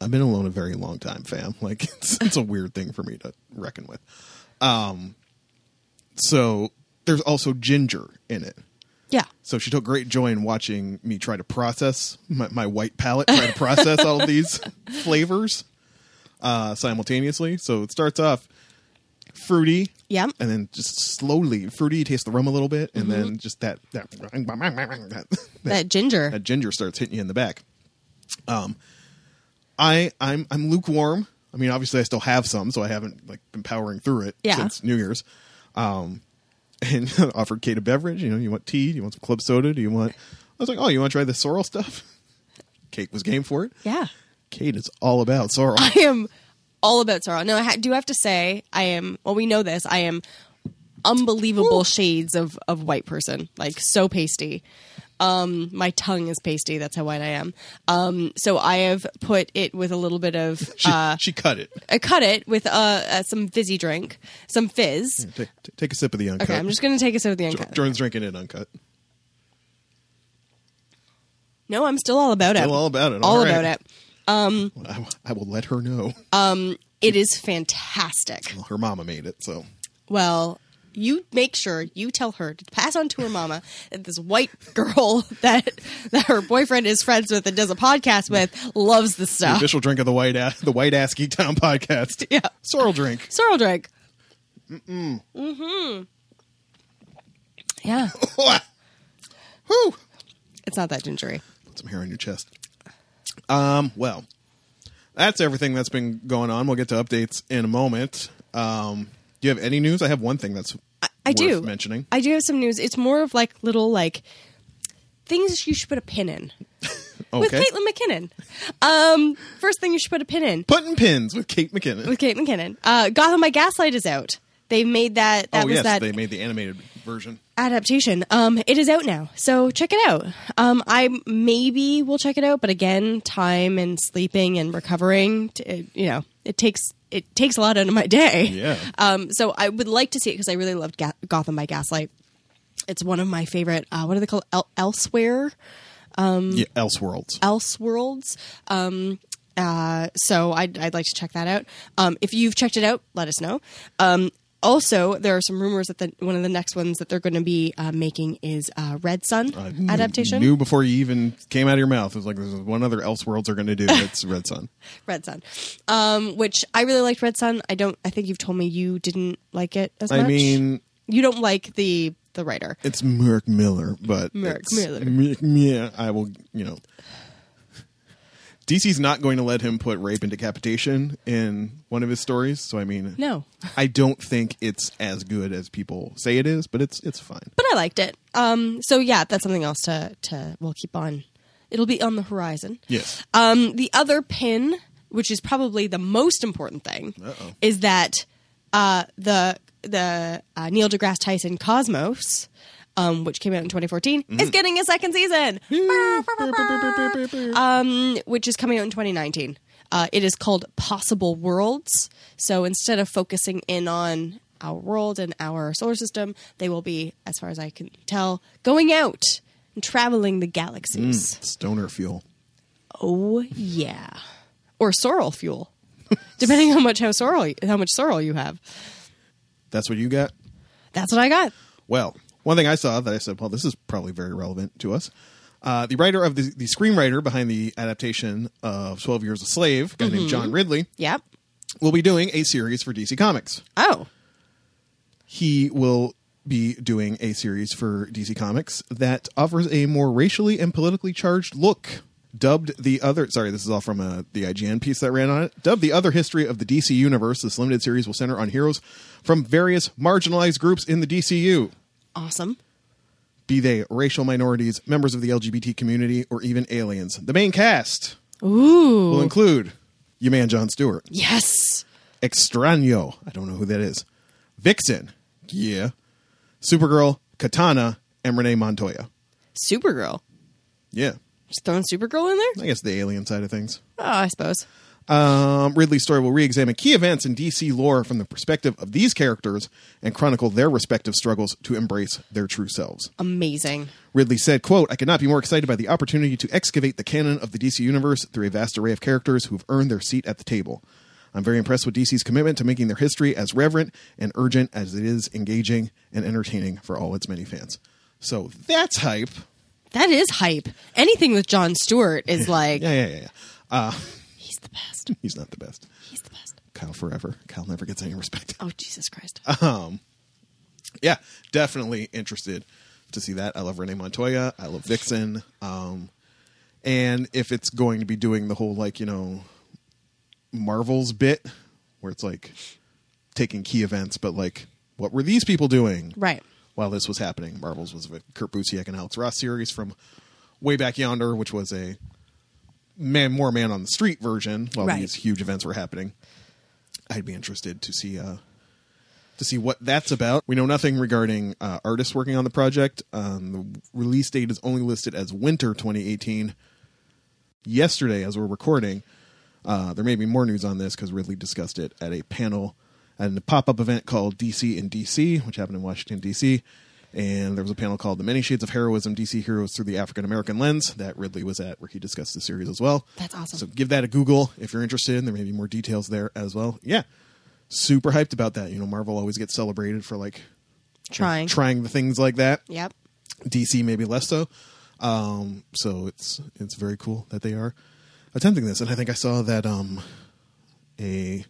[SPEAKER 1] I've been alone a very long time, fam. Like it's, it's a weird thing for me to reckon with. Um, so there's also ginger in it.
[SPEAKER 2] Yeah.
[SPEAKER 1] So she took great joy in watching me try to process my, my white palate, try to process all of these flavors uh, simultaneously. So it starts off fruity,
[SPEAKER 2] Yep.
[SPEAKER 1] and then just slowly fruity. You taste the rum a little bit, and then just that that that,
[SPEAKER 2] That ginger.
[SPEAKER 1] that ginger starts hitting you in the back. Um, I I'm I'm lukewarm. I mean, obviously, I still have some, so I haven't like been powering through it
[SPEAKER 2] Yeah.
[SPEAKER 1] since New Year's. Um, and offered Kate a beverage. You know, you want tea? Do you want some club soda? Do you want? I was like, oh, you want to try the sorrel stuff? Kate was game for it.
[SPEAKER 2] Yeah.
[SPEAKER 1] Kate is all about sorrel.
[SPEAKER 2] I am all about Sauron. No, I ha- do have to say, I am, well, we know this, I am unbelievable shades of, of white person. Like, so pasty. Um, my tongue is pasty. That's how white I am. Um, so I have put it with a little bit of,
[SPEAKER 1] She,
[SPEAKER 2] uh,
[SPEAKER 1] she cut it.
[SPEAKER 2] I cut it with uh, uh, some fizzy drink, some fizz.
[SPEAKER 1] Take, t- take a sip of the uncut.
[SPEAKER 2] Okay, I'm just going to take a sip of the
[SPEAKER 1] Jo-
[SPEAKER 2] uncut.
[SPEAKER 1] Jordan's drinking it uncut.
[SPEAKER 2] No, I'm still all about it.
[SPEAKER 1] Still all about it.
[SPEAKER 2] All,
[SPEAKER 1] All right.
[SPEAKER 2] about it.
[SPEAKER 1] I, w- I will let her know.
[SPEAKER 2] Uh, It is fantastic.
[SPEAKER 1] Well, her mama made it, so
[SPEAKER 2] Well, you make sure you tell her to pass on to her mama that this white girl that that her boyfriend is friends with and does a podcast with loves the
[SPEAKER 1] the
[SPEAKER 2] stuff.
[SPEAKER 1] official drink of the white ass, the white ass geek town podcast.
[SPEAKER 2] Yeah.
[SPEAKER 1] sorrel drink.
[SPEAKER 2] Sorrel drink. Mm-mm. Mm-hmm. Yeah.
[SPEAKER 1] Whew.
[SPEAKER 2] It's not that gingery.
[SPEAKER 1] Put some hair on your chest. Um, well, that's everything that's been going on. We'll get to updates in a moment. Um, do you have any news? I have one thing that's
[SPEAKER 2] I
[SPEAKER 1] worth
[SPEAKER 2] do
[SPEAKER 1] mentioning.
[SPEAKER 2] I do have some news. It's more of like little like things you should put a pin in. With
[SPEAKER 1] Okay,
[SPEAKER 2] Caitlin McKinnon. Um, first thing you should put a pin in
[SPEAKER 1] putting pins with Kate McKinnon.
[SPEAKER 2] with Kate McKinnon. Uh, Gotham by Gaslight is out. They made that. That
[SPEAKER 1] oh
[SPEAKER 2] was
[SPEAKER 1] yes,
[SPEAKER 2] that
[SPEAKER 1] they made the animated version.
[SPEAKER 2] adaptation. Um, it is out now, so check it out. Um, I maybe will check it out, but again, time and sleeping and recovering, t- it, you know, it takes it takes a lot out of my day.
[SPEAKER 1] Yeah.
[SPEAKER 2] Um, so I would like to see it because I really loved Ga- Gotham by Gaslight. It's one of my favorite. Uh, what are they called? El- Elsewhere, Um,
[SPEAKER 1] yeah, Elseworlds.
[SPEAKER 2] Elseworlds. Um, uh, so I'd, I'd like to check that out. Um, if you've checked it out, let us know. Um, also, there are some rumors that the, one of the next ones that they're going to be uh, making is uh, Red Sun
[SPEAKER 1] knew-
[SPEAKER 2] adaptation.
[SPEAKER 1] Knew before you even came out of your mouth. It was like, there's one other Elseworlds they're going to do. It's Red Sun.
[SPEAKER 2] Red Sun, um, which I really liked. Red Sun. I don't. I think you've told me you didn't like it as
[SPEAKER 1] I
[SPEAKER 2] much.
[SPEAKER 1] mean,
[SPEAKER 2] you don't like the the writer.
[SPEAKER 1] it's Merrick Miller, but
[SPEAKER 2] Merrick
[SPEAKER 1] it's-
[SPEAKER 2] Miller.
[SPEAKER 1] Merrick Miller. I will, you know. DC's not going to let him put rape and decapitation in one of his stories, so I mean,
[SPEAKER 2] No.
[SPEAKER 1] I don't think it's as good as people say it is, but it's it's fine.
[SPEAKER 2] but I liked it. Um, so yeah, that's something else to to we'll keep on. It'll be on the horizon.
[SPEAKER 1] Yes.
[SPEAKER 2] Um, the other pin, which is probably the most important thing,
[SPEAKER 1] Uh-oh.
[SPEAKER 2] is that uh, the the uh, Neil deGrasse Tyson Cosmos, um, which came out in 2014, is getting a second season, um, which is coming out in 2019. Uh, it is called Possible Worlds. So instead of focusing in on our world and our solar system, they will be, as far as I can tell, going out and traveling the galaxies.
[SPEAKER 1] Mm. Stoner fuel.
[SPEAKER 2] Oh yeah, or sorrel fuel, depending how much how sorrel how much sorrel you have.
[SPEAKER 1] That's what you got.
[SPEAKER 2] That's what I got.
[SPEAKER 1] Well, one thing I saw that I said, well, this is probably very relevant to us. Uh, the writer of the, the screenwriter behind the adaptation of 12 Years a Slave, a guy
[SPEAKER 2] Mm-hmm.
[SPEAKER 1] named John Ridley,
[SPEAKER 2] Yep.
[SPEAKER 1] will be doing a series for DC Comics.
[SPEAKER 2] Oh,
[SPEAKER 1] He will be doing a series for DC Comics that offers a more racially and politically charged look. Dubbed the other, sorry, this is all from uh, the IGN piece that ran on it. Dubbed the other history of the DC universe, this limited series will center on heroes from various marginalized groups in the DCU.
[SPEAKER 2] awesome.
[SPEAKER 1] be they racial minorities, members of the LGBT community, or even aliens. The main cast
[SPEAKER 2] Ooh,
[SPEAKER 1] will include your man John Stewart,
[SPEAKER 2] yes.
[SPEAKER 1] Extraño, I don't know who that is, Vixen, yeah, Supergirl, Katana, and Renee Montoya.
[SPEAKER 2] Supergirl.
[SPEAKER 1] Yeah,
[SPEAKER 2] Just throwing Supergirl in there.
[SPEAKER 1] I guess the alien side of things.
[SPEAKER 2] Oh, I suppose.
[SPEAKER 1] Um, Ridley's story will re examine key events in DC lore from the perspective of these characters and chronicle their respective struggles to embrace their true selves.
[SPEAKER 2] Amazing.
[SPEAKER 1] Ridley said, quote, I could not be more excited by the opportunity to excavate the canon of the DC universe through a vast array of characters who've earned their seat at the table. I'm very impressed with DC's commitment to making their history as reverent and urgent as it is engaging and entertaining for all its many fans. So that's hype.
[SPEAKER 2] That is hype. Anything with John Stewart is like
[SPEAKER 1] Yeah, yeah, yeah, yeah.
[SPEAKER 2] he's the best.
[SPEAKER 1] He's not the best.
[SPEAKER 2] He's the best.
[SPEAKER 1] Kyle forever. Kyle never gets any respect.
[SPEAKER 2] Oh Jesus Christ.
[SPEAKER 1] Uh, Yeah, definitely interested to see that. I love Renee Montoya. I love Vixen. Um, and if it's going to be doing the whole like you know, Marvel's bit where it's like taking key events, but like what were these people doing?
[SPEAKER 2] right.
[SPEAKER 1] while this was happening. Marvels was with Kurt Busiek and Alex Ross series from way back yonder, which was a man more man on the street version while
[SPEAKER 2] Right.
[SPEAKER 1] these huge events were happening. I'd be interested to see uh, to see what that's about. We know nothing regarding uh, artists working on the project. Um, the release date is only listed as winter 2018. Yesterday, as we're recording, uh, there may be more news on this because Ridley discussed it at a panel at a pop up event called DC in DC, which happened in Washington, D.C. And there was a panel called The Many Shades of Heroism DC Heroes Through the African American Lens that Ridley was at, where he discussed the series as well.
[SPEAKER 2] That's awesome.
[SPEAKER 1] So give that a Google if you're interested. There may be more details there as well. Yeah. Super hyped about that. You know, Marvel always gets celebrated for like
[SPEAKER 2] Trying.
[SPEAKER 1] trying the things like that.
[SPEAKER 2] Yep.
[SPEAKER 1] DC maybe less so. Um, so it's it's very cool that they are attempting this. And I think I saw that um, a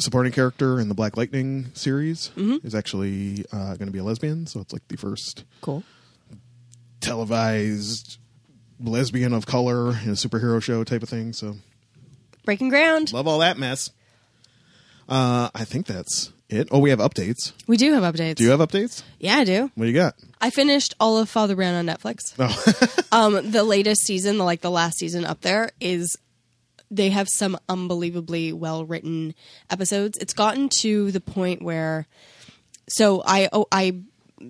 [SPEAKER 1] supporting character in the Black Lightning series is actually uh, going to be a lesbian. So it's like the first
[SPEAKER 2] Cool.
[SPEAKER 1] televised lesbian of color in a superhero show type of thing. So
[SPEAKER 2] Breaking ground.
[SPEAKER 1] love all that mess. Uh, I think that's it. Oh, we have updates.
[SPEAKER 2] We do have updates.
[SPEAKER 1] Do you have updates?
[SPEAKER 2] yeah, I do.
[SPEAKER 1] What do you got?
[SPEAKER 2] I finished all of Father Brown on Netflix. um, the latest season, the, like the last season up there, is they have some unbelievably well written episodes. It's gotten to the point where, so I oh, I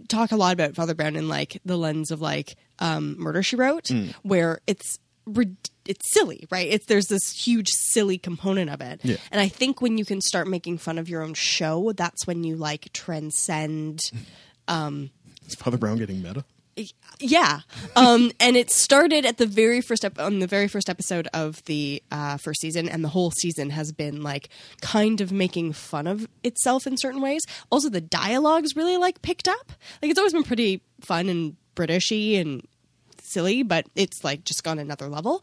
[SPEAKER 2] talk a lot about Father Brown in like the lens of like um, Murder She Wrote, where it's rid- it's silly, right? It's there's this huge silly component of it,
[SPEAKER 1] Yeah.
[SPEAKER 2] and I think when you can start making fun of your own show, that's when you like transcend.
[SPEAKER 1] Is Father Brown getting meta?
[SPEAKER 2] Yeah, um, and it started at the very first ep- on the very first episode of the uh, first season, and the whole season has been like kind of making fun of itself in certain ways. Also, the dialogues really like picked up. Like it's always been pretty fun and Britishy and silly, but it's like just gone another level.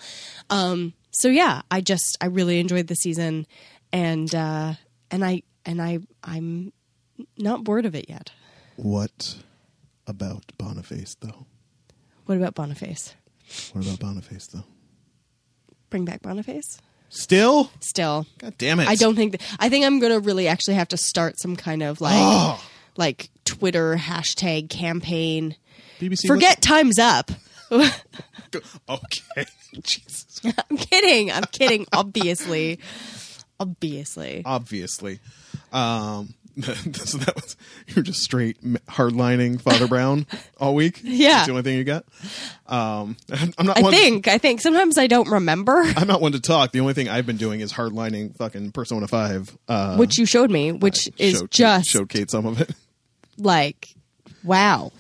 [SPEAKER 2] Um, so yeah, I just I really enjoyed the season, and uh, and I and I I'm not bored of it yet.
[SPEAKER 1] What about Boniface though?
[SPEAKER 2] What about Boniface?
[SPEAKER 1] What about Boniface though?
[SPEAKER 2] Bring back Boniface.
[SPEAKER 1] Still?
[SPEAKER 2] Still,
[SPEAKER 1] God damn it!
[SPEAKER 2] I don't think. Th- I think I'm gonna really actually have to start some kind of like like Twitter hashtag campaign.
[SPEAKER 1] BBC.
[SPEAKER 2] Forget times up.
[SPEAKER 1] Okay. Jesus.
[SPEAKER 2] I'm kidding. I'm kidding. Obviously, obviously.
[SPEAKER 1] Uh, Obviously. Um. so that was you were just straight m- hardlining Father Brown all week.
[SPEAKER 2] Yeah.
[SPEAKER 1] That's the only thing you got. Um. I'm not.
[SPEAKER 2] I
[SPEAKER 1] one,
[SPEAKER 2] think. I think. Sometimes I don't remember
[SPEAKER 1] I'm not one to talk. The only thing I've been doing is hardlining fucking Persona Five. Uh,
[SPEAKER 2] which you showed me, which is
[SPEAKER 1] showed Kate-
[SPEAKER 2] just
[SPEAKER 1] showed Kate some of it.
[SPEAKER 2] like wow.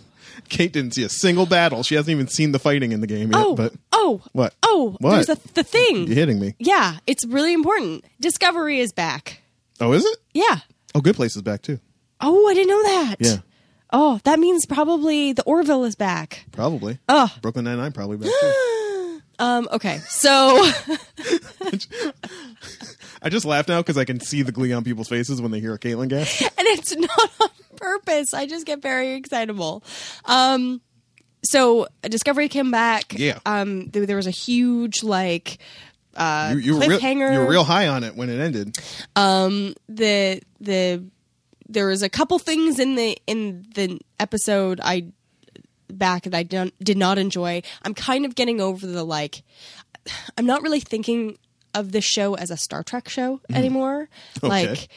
[SPEAKER 1] Kate didn't see a single battle. She hasn't even seen the fighting in the game yet.
[SPEAKER 2] Oh,
[SPEAKER 1] but
[SPEAKER 2] oh,
[SPEAKER 1] What?
[SPEAKER 2] Oh,
[SPEAKER 1] What?
[SPEAKER 2] there's a, the thing.
[SPEAKER 1] you hitting me?
[SPEAKER 2] Yeah, it's really important. Discovery is back.
[SPEAKER 1] Oh, is it?
[SPEAKER 2] Yeah.
[SPEAKER 1] Oh, Good Place is back too.
[SPEAKER 2] Oh, I didn't know that.
[SPEAKER 1] Yeah.
[SPEAKER 2] Oh, that means probably the Orville is back.
[SPEAKER 1] Probably.
[SPEAKER 2] Ugh.
[SPEAKER 1] Brooklyn Nine Nine probably back too.
[SPEAKER 2] Um, okay, so
[SPEAKER 1] I just laugh now because I can see the glee on people's faces when they hear a Caitlyn gas.
[SPEAKER 2] and it's not on purpose. I just get very excitable. Um, so Discovery came back.
[SPEAKER 1] Yeah.
[SPEAKER 2] Um, there, there was a huge like
[SPEAKER 1] you, you, were real, you
[SPEAKER 2] Uh, cliffhanger.
[SPEAKER 1] were real high on it when it ended.
[SPEAKER 2] the the there was a couple things in the in the episode I back that I don't, did not enjoy. I'm kind of getting over the like I'm not really thinking of this show as a Star Trek show anymore. Like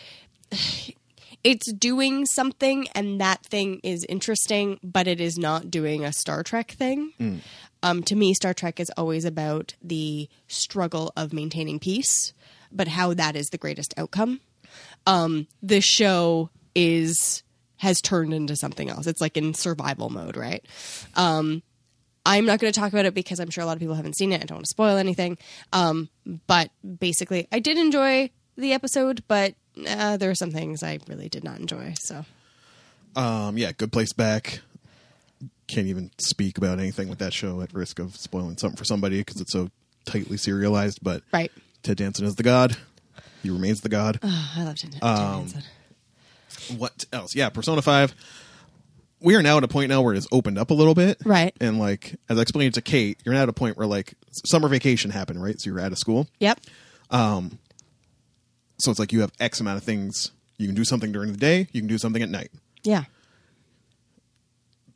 [SPEAKER 2] it's doing something and that thing is interesting, but it is not doing a Star Trek thing. Um, to me, Star Trek is always about the struggle of maintaining peace, but how that is the greatest outcome. Um, this show is has turned into something else. It's like in survival mode, right? Um, I'm not going to talk about it because I'm sure a lot of people haven't seen it. I don't want to spoil anything. Um, but basically, I did enjoy the episode, but uh, there were some things I really did not enjoy. So
[SPEAKER 1] Um, yeah, Good Place back. Can't even speak about anything with that show at risk of spoiling something for somebody because it's so tightly serialized. But
[SPEAKER 2] Right.
[SPEAKER 1] Ted Danson is the god. He remains the god.
[SPEAKER 2] oh, I loved it. Um,
[SPEAKER 1] what else? Yeah, Persona Five. We are now at a point now where it has opened up a little bit,
[SPEAKER 2] Right.
[SPEAKER 1] And like as I explained to Kate, you're now at a point where like s- summer vacation happened, right? So you're out of school,
[SPEAKER 2] yep.
[SPEAKER 1] so it's like you have X amount of things you can do something during the day, you can do something at night.
[SPEAKER 2] Yeah.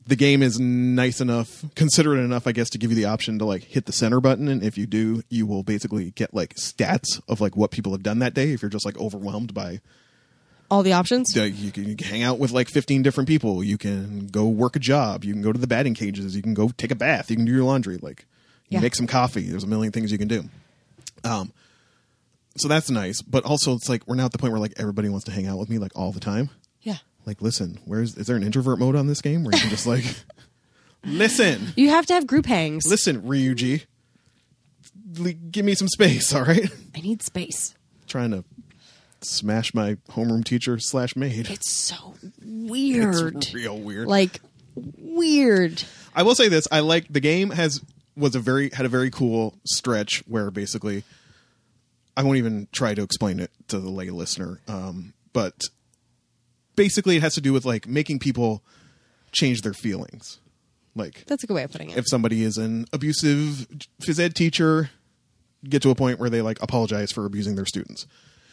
[SPEAKER 1] the game is nice enough, considerate enough, I guess, to give you the option to like hit the center button, and if you do, you will basically get like stats of like what people have done that day. If you're just like overwhelmed by
[SPEAKER 2] All the options.
[SPEAKER 1] uh, you can hang out with like 15 different people you can go work a job you can go to the batting cages you can go take a bath you can do your laundry like you
[SPEAKER 2] Yeah.
[SPEAKER 1] make some coffee there's a million things you can do um so that's nice but also it's like we're now at the point where like everybody wants to hang out with me like all the time
[SPEAKER 2] Yeah.
[SPEAKER 1] like listen where's is there an introvert mode on this game where you can just like listen
[SPEAKER 2] You have to have group hangs.
[SPEAKER 1] listen ryuji L- give me some space all right
[SPEAKER 2] I need space.
[SPEAKER 1] trying to smash my homeroom teacher slash maid
[SPEAKER 2] It's so weird.
[SPEAKER 1] it's real weird
[SPEAKER 2] Like weird.
[SPEAKER 1] I will say this: I like the game has was a very had a very cool stretch where basically, I won't even try to explain it to the lay listener, um, but basically, it has to do with like making people change their feelings. Like
[SPEAKER 2] That's a good way of putting it.
[SPEAKER 1] if somebody is an abusive phys ed teacher, get to a point where they like apologize for abusing their students.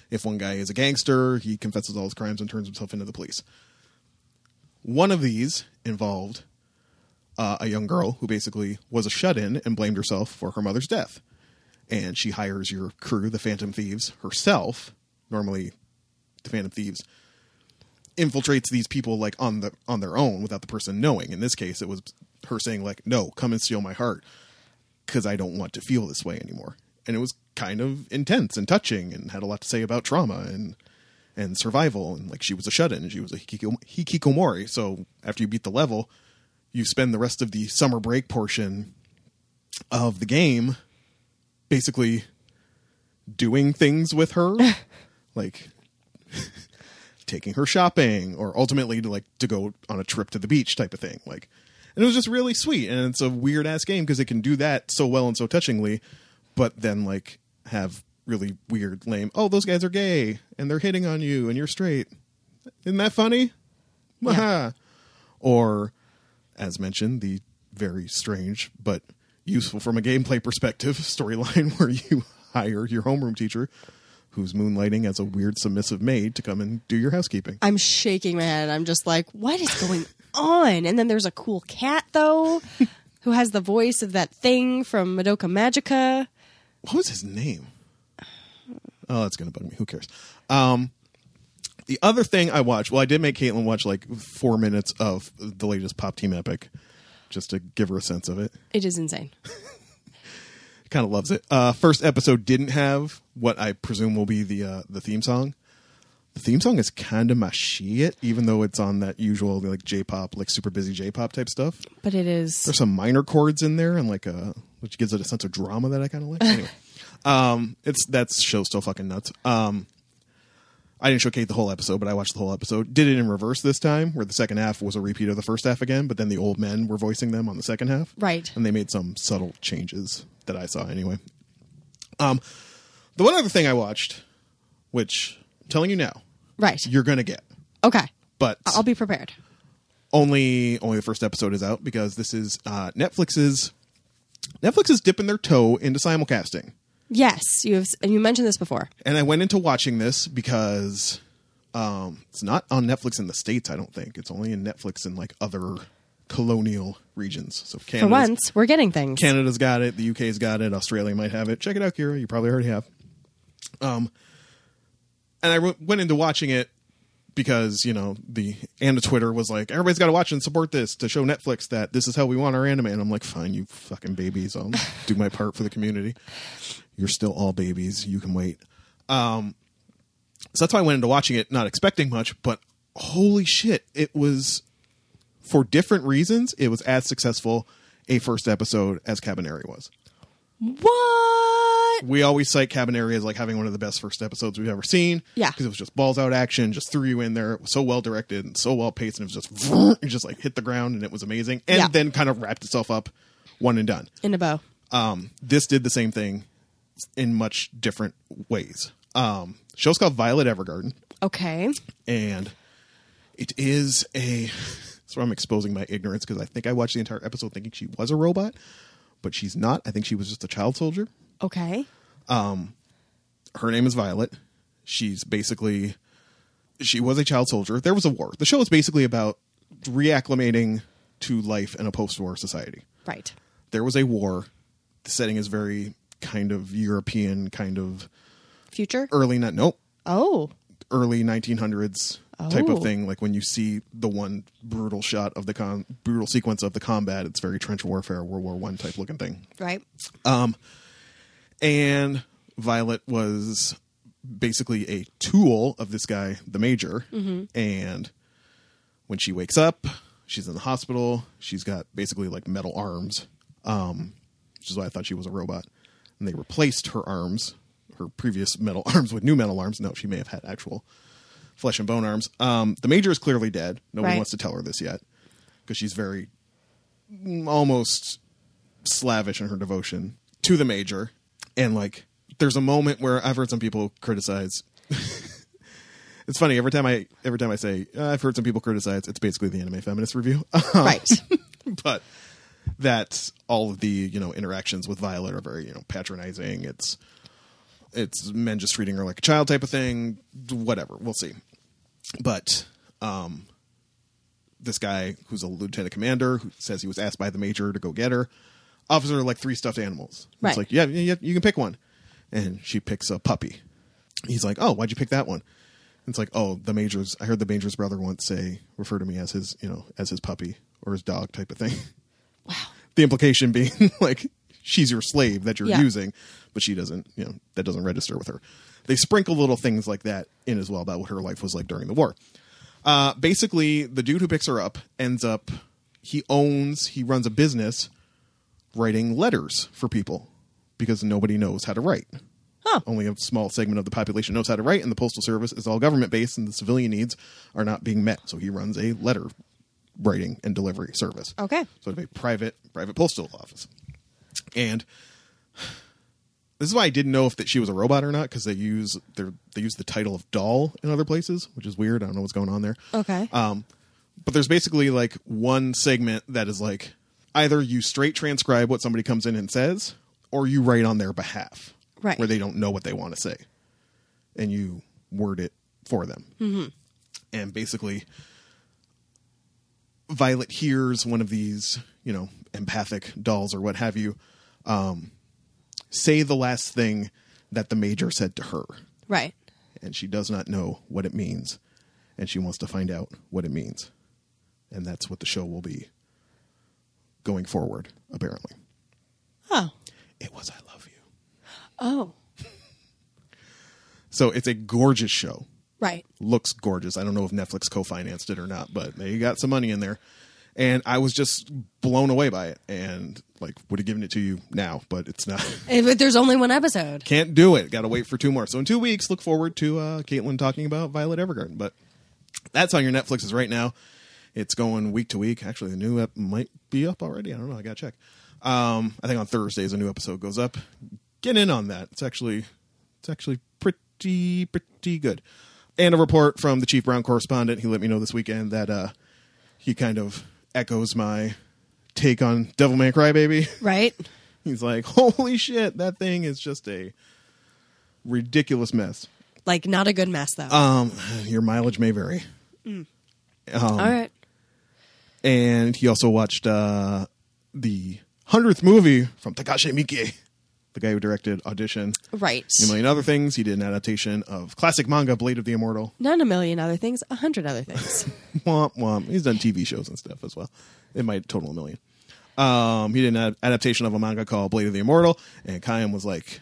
[SPEAKER 1] If one guy is a gangster, he confesses all his crimes and turns himself into the police. One of these involved uh, a young girl who basically was a shut in and blamed herself for her mother's death. And she hires your crew, the Phantom Thieves, herself. Normally, the Phantom Thieves infiltrates these people like on the on their own without the person knowing. In this case, it was her saying like, "No, come and steal my heart because I don't want to feel this way anymore." And it was kind of intense and touching, and had a lot to say about trauma and and survival. And like she was a shut in, she was a hikiko- hikikomori. So after you beat the level, you spend the rest of the summer break portion of the game basically doing things with her, like taking her shopping or ultimately to like to go on a trip to the beach type of thing like and it was just really sweet and it's a weird ass game because it can do that so well and so touchingly but then like have really weird lame oh those guys are gay and they're hitting on you and you're straight isn't that funny Waha." or as mentioned the very strange but useful from a gameplay perspective storyline where you hire your homeroom teacher who's moonlighting as a weird submissive maid to come and do your housekeeping
[SPEAKER 2] I'm shaking my head. I'm just like, what is going on? And then there's a cool cat though, who has the voice of that thing from Madoka Magica.
[SPEAKER 1] what was his name? Oh, that's gonna bug me. Who cares? Um, the other thing I watched, well, I did make Caitlin watch like four minutes of the latest Pop Team Epic, just to give her a sense of it.
[SPEAKER 2] It is insane.
[SPEAKER 1] Kind of loves it. Uh, first episode didn't have what I presume will be the uh, the theme song. The theme song is kind of my shit, even though it's on that usual like J-pop, like super busy J-pop type stuff.
[SPEAKER 2] But it is
[SPEAKER 1] There's some minor chords in there, and like a which gives it a sense of drama that I kind of like. Anyway, um, it's that show's still fucking nuts. Um, I didn't show Kate the whole episode, but I watched the whole episode. Did it in reverse this time, where the second half was a repeat of the first half again, but then the old men were voicing them on the second half,
[SPEAKER 2] Right.
[SPEAKER 1] And they made some subtle changes that I saw anyway. Um, the one other thing I watched, which I'm telling you now,
[SPEAKER 2] right.
[SPEAKER 1] you're gonna get,
[SPEAKER 2] Okay.
[SPEAKER 1] but
[SPEAKER 2] I- I'll be prepared.
[SPEAKER 1] only only the first episode is out because this is uh, Netflix's Netflix is dipping their toe into simulcasting.
[SPEAKER 2] Yes, you have. s- And you mentioned this before.
[SPEAKER 1] And I went into watching this because um, it's not on Netflix in the states. I don't think it's only in Netflix in like other colonial regions. So
[SPEAKER 2] For
[SPEAKER 1] Canada's,
[SPEAKER 2] once, we're getting things.
[SPEAKER 1] Canada's got it. The UK's got it. Australia might have it. Check it out, Kira. You probably already have. Um, and I w- went into watching it because you know the and the Twitter was like everybody's got to watch and support this to show Netflix that this is how we want our anime. And I'm like, fine, you fucking babies. I'll do my part for the community. You're still all babies. You can wait. Um, so that's why I went into watching it, not expecting much, but holy shit, it was for different reasons. It was as successful a first episode as Cabaneri was.
[SPEAKER 2] What?
[SPEAKER 1] We always cite Cabaneri as like having one of the best first episodes we've ever seen.
[SPEAKER 2] Yeah.
[SPEAKER 1] because it was just balls out action, just threw you in there. It was so well directed and so well paced, and it was just vroom, it just like hit the ground, and it was amazing. And
[SPEAKER 2] Yeah.
[SPEAKER 1] then kind of wrapped itself up, one and done.
[SPEAKER 2] In a bow.
[SPEAKER 1] Um, this did the same thing in much different ways. Um, show's called Violet Evergarden
[SPEAKER 2] Okay.
[SPEAKER 1] and it is a so i'm exposing my ignorance because i think i watched the entire episode thinking she was a robot but she's not i think she was just a child soldier
[SPEAKER 2] Okay.
[SPEAKER 1] her name is violet she's basically she was a child soldier there was a war the show is basically about reacclimating to life in a post-war society.
[SPEAKER 2] Right.
[SPEAKER 1] There was a war. The setting is very kind of European, kind of
[SPEAKER 2] Future?
[SPEAKER 1] early not nope
[SPEAKER 2] oh.
[SPEAKER 1] early 1900s type
[SPEAKER 2] Oh.
[SPEAKER 1] of thing. Like when you see the one brutal shot of the con brutal sequence of the combat, it's very trench warfare, World War One type looking thing.
[SPEAKER 2] Right.
[SPEAKER 1] and Violet was basically a tool of this guy, the Major. And when she wakes up, she's in the hospital. She's got basically like metal arms, um, which is why I thought she was a robot. And they replaced her arms, her previous metal arms, with new metal arms. No, she may have had actual flesh and bone arms. Um, the Major is clearly dead. No
[SPEAKER 2] Right.
[SPEAKER 1] one wants to tell her this yet because she's very mm, almost slavish in her devotion to the major. And like, there's a moment where I've heard some people criticize. it's funny every time I every time I say uh, I've heard some people criticize. It's basically the anime feminist review,
[SPEAKER 2] right.
[SPEAKER 1] but that all of the you know interactions with Violet are very you know patronizing. It's it's men just treating her like a child type of thing. Whatever, we'll see. But um, this guy who's a lieutenant commander who says he was asked by the major to go get her. Officer like three stuffed animals.
[SPEAKER 2] Right.
[SPEAKER 1] It's like yeah, yeah, you can pick one, and she picks a puppy. He's like, oh, why'd you pick that one? It's like, oh, the major's. I heard the major's brother once say refer to me as his, you know, as his puppy or his dog type of thing. Wow. The implication being like she's your slave that you're
[SPEAKER 2] Yeah.
[SPEAKER 1] using, but she doesn't, you know, that doesn't register with her. They sprinkle little things like that in as well about what her life was like during the war. Uh, basically, the dude who picks her up ends up he owns he runs a business writing letters for people because nobody knows how to write. Only a small segment of the population knows how to write, and the postal service is all government based, and the civilian needs are not being met. So he runs a letter writing and delivery service.
[SPEAKER 2] Okay.
[SPEAKER 1] sort of a private private postal office. And this is why I didn't know if that she was a robot or not because they use their they use the title of doll in other places, which is weird. I don't know what's going on there.
[SPEAKER 2] Okay.
[SPEAKER 1] Um, but there's basically like one segment that is like either you straight transcribe what somebody comes in and says, or you write on their behalf,
[SPEAKER 2] Right.
[SPEAKER 1] Where they don't know what they want to say, and you word it for them. Mm-hmm. And basically, Violet hears one of these, you know, empathic dolls or what have you, um, say the last thing that the major said to her
[SPEAKER 2] right.
[SPEAKER 1] and she does not know what it means, and she wants to find out what it means. And that's what the show will be going forward, apparently.
[SPEAKER 2] Oh.
[SPEAKER 1] It was I Love You.
[SPEAKER 2] Oh.
[SPEAKER 1] So it's a gorgeous show.
[SPEAKER 2] Right.
[SPEAKER 1] Looks gorgeous. I don't know if Netflix co financed it or not, but they got some money in there. And I was just blown away by it and like would have given it to you now, but it's not.
[SPEAKER 2] Eh, But there's only one episode.
[SPEAKER 1] Can't do it. Got to wait for two more. So in two weeks, look forward to uh, Caitlin talking about Violet Evergarden. But that's on your Netflix is right now. It's going week to week. Actually, the new ep might be up already. I don't know. I got to check. Um, I think on Thursdays a new episode goes up. Get in on that. It's actually it's actually pretty pretty good. And a report from the Chief Brown correspondent. He let me know this weekend that uh, he kind of echoes my take on Devil May Cry Baby.
[SPEAKER 2] Right.
[SPEAKER 1] He's like, holy shit, that thing is just a ridiculous mess.
[SPEAKER 2] Like not a good mess though.
[SPEAKER 1] Um, your mileage may vary.
[SPEAKER 2] All right.
[SPEAKER 1] And he also watched uh, the hundredth movie from Takashi Miike, the guy who directed Audition,
[SPEAKER 2] Right.
[SPEAKER 1] and a million other things. He did an adaptation of classic manga Blade of the Immortal.
[SPEAKER 2] Not a million other things, a hundred other things.
[SPEAKER 1] Womp womp. He's done TV shows and stuff as well. It might total a million. Um, he did an ad- adaptation of a manga called Blade of the Immortal, and Kaim was like,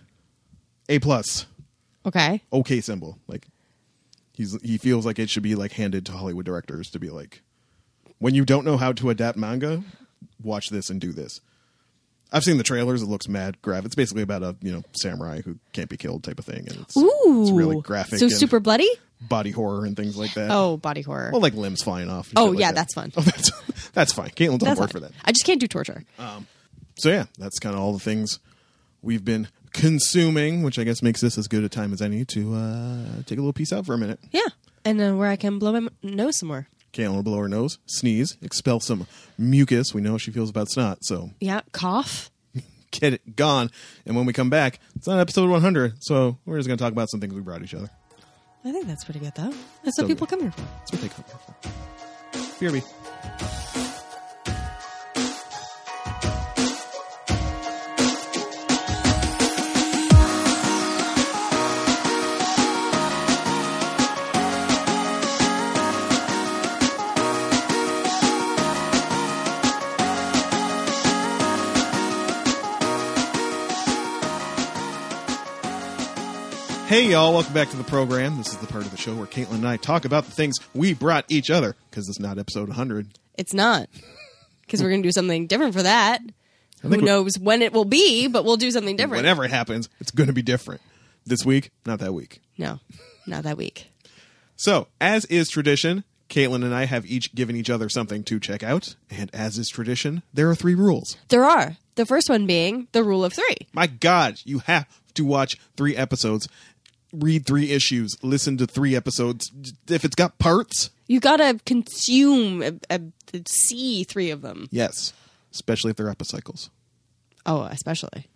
[SPEAKER 1] A plus.
[SPEAKER 2] okay.
[SPEAKER 1] okay symbol. Like he's he feels like it should be like handed to Hollywood directors to be like, when you don't know how to adapt manga, watch this and do this. I've seen the trailers. It looks mad graphic. It's basically about a you know samurai who can't be killed type of thing, and it's,
[SPEAKER 2] Ooh.
[SPEAKER 1] it's really graphic.
[SPEAKER 2] So
[SPEAKER 1] and
[SPEAKER 2] super bloody?
[SPEAKER 1] body horror and things like that.
[SPEAKER 2] Oh, body horror.
[SPEAKER 1] well, like limbs flying off. and
[SPEAKER 2] Oh,
[SPEAKER 1] shit like
[SPEAKER 2] yeah,
[SPEAKER 1] that.
[SPEAKER 2] that's fun.
[SPEAKER 1] Oh, that's that's fine. Caitlin's on
[SPEAKER 2] That's
[SPEAKER 1] board for
[SPEAKER 2] fine.
[SPEAKER 1] that.
[SPEAKER 2] I just can't do torture.
[SPEAKER 1] Uh. So yeah, that's kind of all the things we've been consuming, which I guess makes this as good a time as any to uh, take a little piece out for a minute.
[SPEAKER 2] yeah. And uh, where I can blow my m- nose some more.
[SPEAKER 1] Caitlin will blow her nose, sneeze, expel some mucus. We know how she feels about snot, so
[SPEAKER 2] Yeah. Cough.
[SPEAKER 1] get it gone. And when we come back, it's not episode 100, so we're just going to talk about some things we brought each other.
[SPEAKER 2] I think that's pretty good though. That's what
[SPEAKER 1] So
[SPEAKER 2] people
[SPEAKER 1] good.
[SPEAKER 2] come here for.
[SPEAKER 1] That's what they come here for. BRB. Hey, y'all, welcome back to the program. This is the part of the show where Caitlin and I talk about the things we brought each other because it's not episode 100.
[SPEAKER 2] It's not. Because we're going to do something different for that. Who
[SPEAKER 1] think we-
[SPEAKER 2] knows when it will be, but we'll do something different.
[SPEAKER 1] Whenever it happens, it's going to be different. This week, not that week.
[SPEAKER 2] No, not that week.
[SPEAKER 1] So, as is tradition, Caitlin and I have each given each other something to check out. And as is tradition, there are three rules.
[SPEAKER 2] There are. The first one being the rule of three.
[SPEAKER 1] My God, you have to watch three episodes, read three issues, listen to three episodes. If it's got parts,
[SPEAKER 2] You got to consume, a, a, see three of them.
[SPEAKER 1] yes, especially if they're epicycles.
[SPEAKER 2] Oh, especially.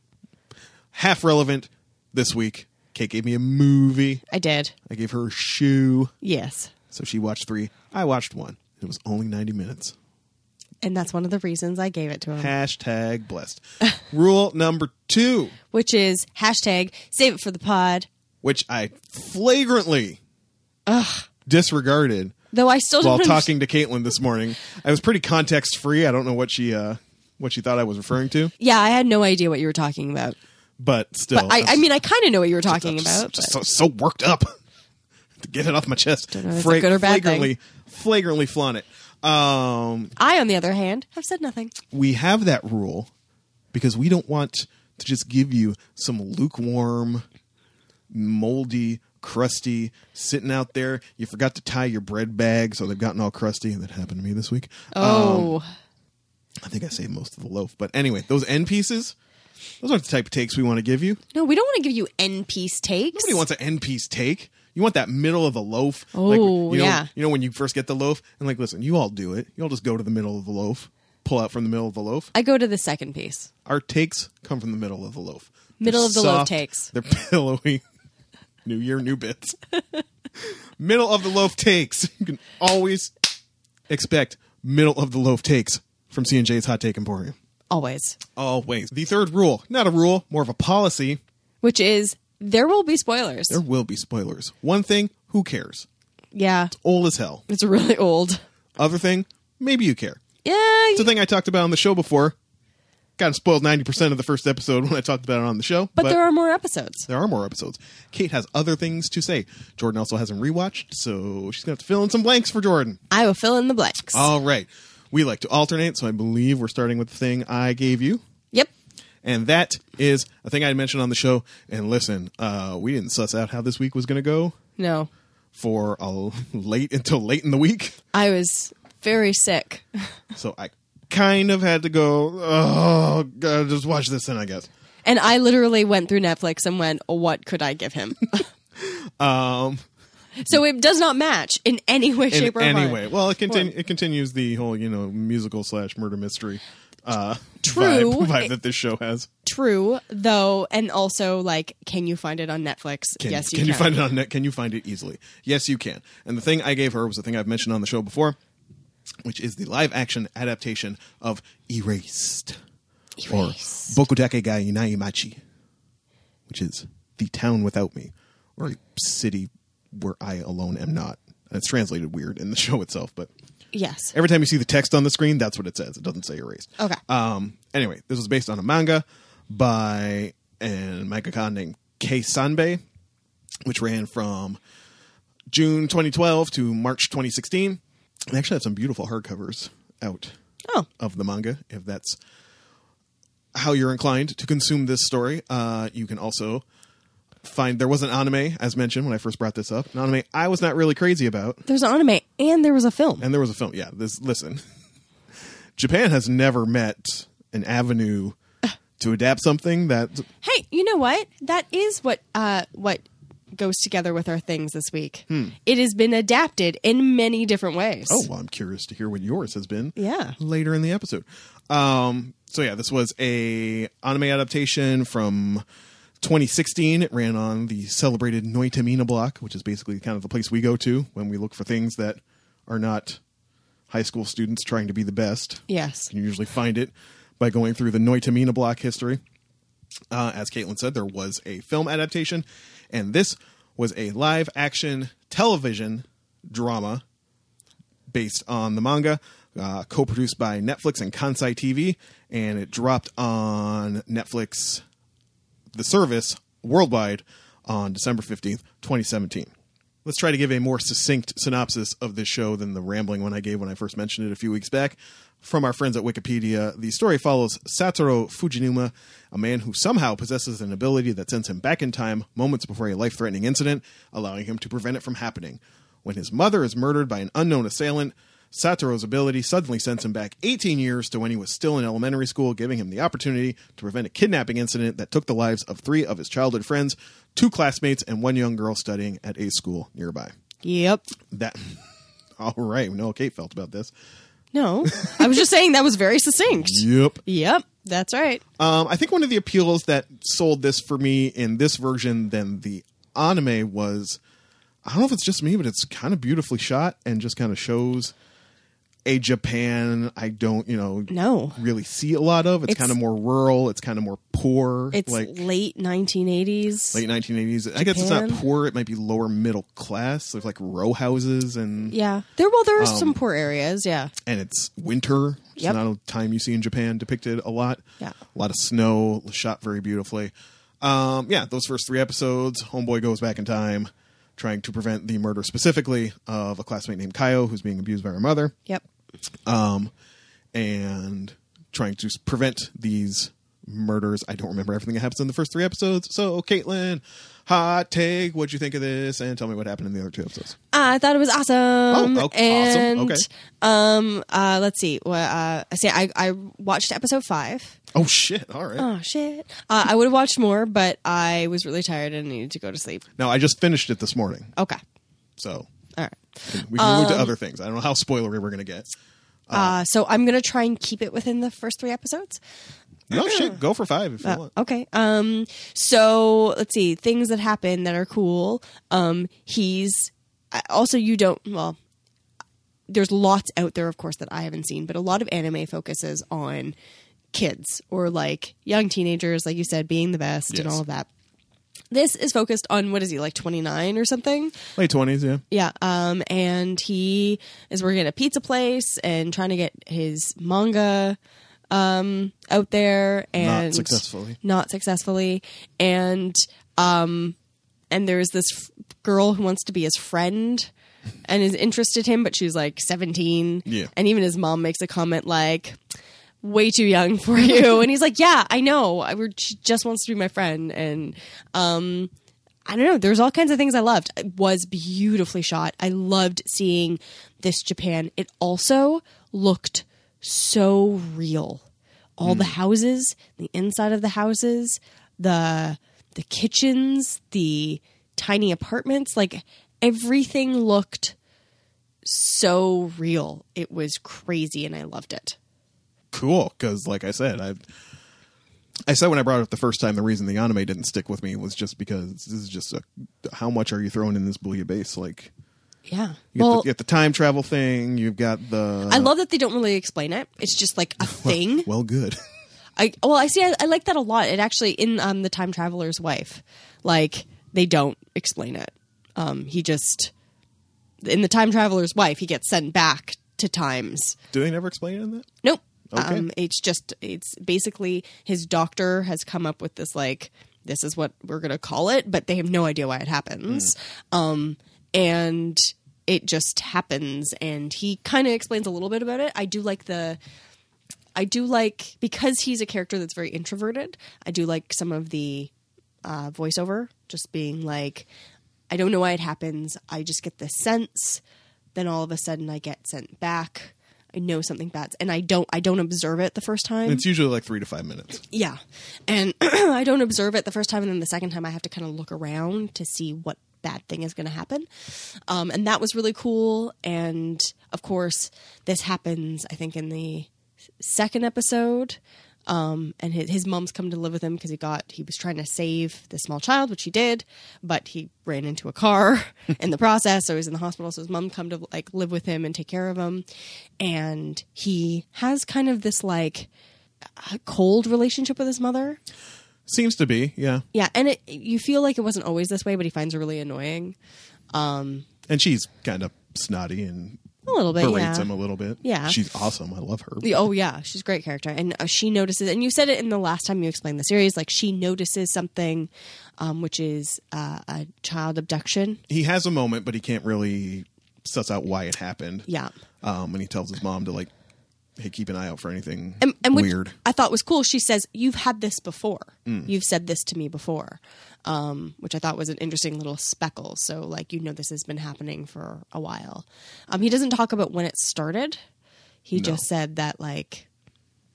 [SPEAKER 1] Half relevant this week. Kate gave me a movie.
[SPEAKER 2] I did.
[SPEAKER 1] I gave her a shoe.
[SPEAKER 2] Yes.
[SPEAKER 1] So she watched three. I watched one. It was only 90 minutes.
[SPEAKER 2] And that's one of the reasons I gave it to him,
[SPEAKER 1] Hashtag blessed. Rule number two,
[SPEAKER 2] which is hashtag save it for the pod.
[SPEAKER 1] which I flagrantly disregarded
[SPEAKER 2] Though I still
[SPEAKER 1] while
[SPEAKER 2] don't
[SPEAKER 1] talking
[SPEAKER 2] understand-
[SPEAKER 1] to Caitlin this morning. I was pretty context free. I don't know what she uh, what she thought I was referring to,
[SPEAKER 2] Yeah, I had no idea what you were talking about.
[SPEAKER 1] but still,
[SPEAKER 2] But I, I mean, I kind of know what you were talking
[SPEAKER 1] just-
[SPEAKER 2] about.
[SPEAKER 1] just
[SPEAKER 2] but-
[SPEAKER 1] so, so worked up to get it off my chest.
[SPEAKER 2] know if it's a good or bad thing.
[SPEAKER 1] flagrantly, flagrantly flaunt it. Um,
[SPEAKER 2] I, on the other hand, have said nothing.
[SPEAKER 1] we have that rule because we don't want to just give you some lukewarm, moldy, crusty, sitting out there. You forgot to tie your bread bag, so they've gotten all crusty, and that happened to me this week.
[SPEAKER 2] Oh,
[SPEAKER 1] I think I saved most of the loaf. But anyway, those end pieces, those aren't the type of takes we want to give you.
[SPEAKER 2] no, we don't want to give you end piece takes.
[SPEAKER 1] Nobody wants an end piece take. You want that middle of the loaf.
[SPEAKER 2] Oh,
[SPEAKER 1] you know,
[SPEAKER 2] yeah.
[SPEAKER 1] You know, when you first get the loaf, and like, listen, you all do it. You all just go to the middle of the loaf, pull out from the middle of the loaf.
[SPEAKER 2] I go to the second piece.
[SPEAKER 1] our takes come from the middle of the loaf.
[SPEAKER 2] Middle
[SPEAKER 1] They're
[SPEAKER 2] of the loaf
[SPEAKER 1] soft,
[SPEAKER 2] takes.
[SPEAKER 1] They're pillowy. new year, new bits. middle of the loaf takes. You can always expect middle of the loaf takes from C&J's Hot Take Emporium.
[SPEAKER 2] Always.
[SPEAKER 1] Always. The third rule, not a rule, more of a policy.
[SPEAKER 2] Which is, there will be spoilers.
[SPEAKER 1] There will be spoilers. One thing, who cares?
[SPEAKER 2] Yeah.
[SPEAKER 1] Old as hell.
[SPEAKER 2] It's really old.
[SPEAKER 1] Other thing, maybe you care.
[SPEAKER 2] Yeah.
[SPEAKER 1] It's a thing I talked about on the show before. Got spoiled 90% of the first episode when I talked about it on the show.
[SPEAKER 2] but there are more episodes.
[SPEAKER 1] There are more episodes. Kate has other things to say. Jordan also hasn't rewatched, so she's going to have to fill in some blanks for Jordan.
[SPEAKER 2] I will fill in the blanks.
[SPEAKER 1] All right. We like to alternate, so I believe we're starting with the thing I gave you.
[SPEAKER 2] yep.
[SPEAKER 1] And that is a thing I had mentioned on the show. And listen, uh, we didn't suss out how this week was going to go
[SPEAKER 2] No.
[SPEAKER 1] for a late until late in the week.
[SPEAKER 2] I was very sick.
[SPEAKER 1] So I kind of had to go, oh, God, just watch this then, I guess.
[SPEAKER 2] And I literally went through Netflix and went, what could I give him?
[SPEAKER 1] Um,
[SPEAKER 2] so it does not match in any way, shape,
[SPEAKER 1] in
[SPEAKER 2] or
[SPEAKER 1] any
[SPEAKER 2] form.
[SPEAKER 1] way. Well, it, continu- it continues the whole, you know, musical slash murder mystery uh,
[SPEAKER 2] True.
[SPEAKER 1] vibe, vibe that this show has.
[SPEAKER 2] True, though, and also like, can you find it on Netflix?
[SPEAKER 1] Can,
[SPEAKER 2] yes, you
[SPEAKER 1] you find it on net? Can you find it easily? Yes, you can. And the thing I gave her was the thing I've mentioned on the show before, which is the live action adaptation of Erased, or
[SPEAKER 2] Erased.
[SPEAKER 1] Bokudake ga Inai Machi, which is the town without me, or a city where I alone am not. And it's translated weird in the show itself, but
[SPEAKER 2] Yes.
[SPEAKER 1] Every time you see the text on the screen, that's what it says. It doesn't say erased.
[SPEAKER 2] Okay.
[SPEAKER 1] Um. Anyway, this was based on a manga by an mangaka named Kei Sanbei, which ran from June 2012 to March 2016. They actually have some beautiful hardcovers out
[SPEAKER 2] Oh,
[SPEAKER 1] of the manga, if that's how you're inclined to consume this story. Uh, you can also find there was an anime, as mentioned when I first brought this up, an anime I was not really crazy about.
[SPEAKER 2] there's an anime and there was a film.
[SPEAKER 1] And there was a film. Yeah, this listen. Japan has never met an avenue to adapt something that
[SPEAKER 2] Hey, you know what? That is what uh what goes together with our things this week. It has been adapted in many different ways.
[SPEAKER 1] Hmm. Oh, well, I'm curious to hear what yours has been.
[SPEAKER 2] Yeah.
[SPEAKER 1] Later in the episode. Um so yeah, this was a anime adaptation from 2016. It ran on the celebrated Noitamina block, which is basically kind of the place we go to when we look for things that are not high school students trying to be the best.
[SPEAKER 2] yes.
[SPEAKER 1] You can usually find it by going through the Noitamina block history. Uh, as Caitlin said, there was a film adaptation, and this was a live action television drama based on the manga, uh, co produced by Netflix and Kansai TV, and it dropped on Netflix, the service worldwide, on December 15th, 2017. Let's try to give a more succinct synopsis of this show than the rambling one I gave when I first mentioned it a few weeks back. From our friends at Wikipedia, the story follows Satoru Fujinuma, a man who somehow possesses an ability that sends him back in time moments before a life threatening incident, allowing him to prevent it from happening. When his mother is murdered by an unknown assailant, Satoru's ability suddenly sends him back 18 years to when he was still in elementary school, giving him the opportunity to prevent a kidnapping incident that took the lives of three of his childhood friends, two classmates, and one young girl studying at a school nearby.
[SPEAKER 2] Yep.
[SPEAKER 1] That. All right, we know how Kate felt about this.
[SPEAKER 2] No, I was just saying that was very succinct.
[SPEAKER 1] Yep.
[SPEAKER 2] Yep, that's right.
[SPEAKER 1] Um, I think one of the appeals that sold this for me in this version than the anime was I don't know if it's just me, but it's kind of beautifully shot and just kind of shows a Japan I don't, you know,
[SPEAKER 2] No.
[SPEAKER 1] really see a lot of. It's,
[SPEAKER 2] It's-
[SPEAKER 1] kind of more rural, it's kind of more poor.
[SPEAKER 2] It's
[SPEAKER 1] like
[SPEAKER 2] late 1980s.
[SPEAKER 1] late 1980s. I guess it's not
[SPEAKER 2] Japan.
[SPEAKER 1] poor, it might be lower middle class. There's like row houses and
[SPEAKER 2] Yeah. There well there are
[SPEAKER 1] Um,
[SPEAKER 2] some poor areas, yeah.
[SPEAKER 1] and it's winter. It's
[SPEAKER 2] Yep.
[SPEAKER 1] not a time you see in Japan depicted a lot.
[SPEAKER 2] Yeah.
[SPEAKER 1] A lot of snow, shot very beautifully. Um, yeah, those first three episodes, Homeboy goes back in time, trying to prevent the murder specifically of a classmate named Kaio who's being abused by her mother,
[SPEAKER 2] Yep.
[SPEAKER 1] and trying to s- prevent these murders. I don't remember everything that happens in the first three episodes. So, Caitlin, hot take, what'd you think of this? And tell me what happened in the other two episodes.
[SPEAKER 2] I thought it was awesome.
[SPEAKER 1] oh, awesome.
[SPEAKER 2] and,
[SPEAKER 1] Okay.
[SPEAKER 2] Um uh let's see. Well, uh I say I I watched episode 5.
[SPEAKER 1] Oh, shit. All right.
[SPEAKER 2] Oh shit. Uh, I would have watched more, but I was really tired and needed to go to sleep.
[SPEAKER 1] Now, I just finished it this morning.
[SPEAKER 2] Okay.
[SPEAKER 1] So,
[SPEAKER 2] All right.
[SPEAKER 1] we can move to other things. I don't know how spoilery we're going to get.
[SPEAKER 2] Uh, so I'm gonna try and keep it within the first three episodes.
[SPEAKER 1] No shit, go for five if you want.
[SPEAKER 2] Okay. Um. So let's see things that happen that are cool. Um. He's I- also you don't well. There's lots out there, of course, that I haven't seen, but a lot of anime focuses on kids or like young teenagers, like you said, being the best and
[SPEAKER 1] Yes.
[SPEAKER 2] all of that. This is focused on what is he like 29 or something?
[SPEAKER 1] Late twenties, yeah.
[SPEAKER 2] Yeah. Um, and he is working at a pizza place and trying to get his manga um, out there and
[SPEAKER 1] successfully.
[SPEAKER 2] Not successfully. And um, and there's this f- girl who wants to be his friend and is interested in him, but she's like 17.
[SPEAKER 1] Yeah.
[SPEAKER 2] And even his mom makes a comment like, way too young for you. and he's like, yeah, I know. I were, she just wants to be my friend. And I don't know. There's all kinds of things I loved. It was beautifully shot. I loved seeing this Japan. It also looked so real. All the houses, the inside of the houses, the the kitchens, the tiny apartments, like everything looked so real. It was crazy and I loved it.
[SPEAKER 1] Cool, because like I said, I I said when I brought it up the first time, the reason the anime didn't stick with me was just because this is just a how much are you throwing in this Booyah base? Like
[SPEAKER 2] Yeah.
[SPEAKER 1] you get, the, you get the time travel thing, you've got the
[SPEAKER 2] I love that they don't really explain it. It's just like a thing.
[SPEAKER 1] well, good.
[SPEAKER 2] I well, I see. I, I like that a lot. It actually in um, the time traveler's wife, like they don't explain it. Um, he just in the time traveler's wife, he gets sent back to times.
[SPEAKER 1] Do they never explain it in that?
[SPEAKER 2] Nope.
[SPEAKER 1] Okay.
[SPEAKER 2] Um, it's just it's basically his doctor has come up with this like this is what we're gonna call it, but they have no idea why it happens. Um, and it just happens, and he kind of explains a little bit about it. I do like the. I do like because he's a character that's very introverted. I do like some of the uh, voiceover, just being like, I don't know why it happens. I just get this sense. Then all of a sudden, I get sent back. I know something bad's, and I don't. I don't observe it the first time.
[SPEAKER 1] It's usually like three to five minutes.
[SPEAKER 2] yeah, and I don't observe it the first time, and then the second time, I have to kind of look around to see what bad thing is going to happen. Um, and that was really cool. And of course, this happens. I think in the s- second episode. Um, and his, his mom's come to live with him because he got he was trying to save the small child, which he did, but he ran into a car in the process, so he's in the hospital. So his mom come to like live with him and take care of him, and he has kind of this like a cold relationship with his mother.
[SPEAKER 1] Seems to be, yeah.
[SPEAKER 2] Yeah, and it, you feel like it wasn't always this way, but he finds her really annoying.
[SPEAKER 1] And she's kind of snotty and
[SPEAKER 2] A little bit,
[SPEAKER 1] berates
[SPEAKER 2] yeah.
[SPEAKER 1] him a little bit.
[SPEAKER 2] Yeah.
[SPEAKER 1] she's awesome. I love her.
[SPEAKER 2] The- Oh yeah, she's a great character, and uh, she notices. And you said it in the last time you explained the series, like she notices something, um, which is uh, a child abduction.
[SPEAKER 1] He has a moment, but he can't really suss out why it happened.
[SPEAKER 2] Yeah.
[SPEAKER 1] um, and he tells his mom to like, hey, keep an eye out for anything
[SPEAKER 2] and, and which
[SPEAKER 1] weird.
[SPEAKER 2] I thought was cool. She says, "You've had this before. You've said this to me before," um, which I thought was an interesting little speckle. So, like, you know, this has been happening for a while. Um, he doesn't talk about when it started. He just said that, like,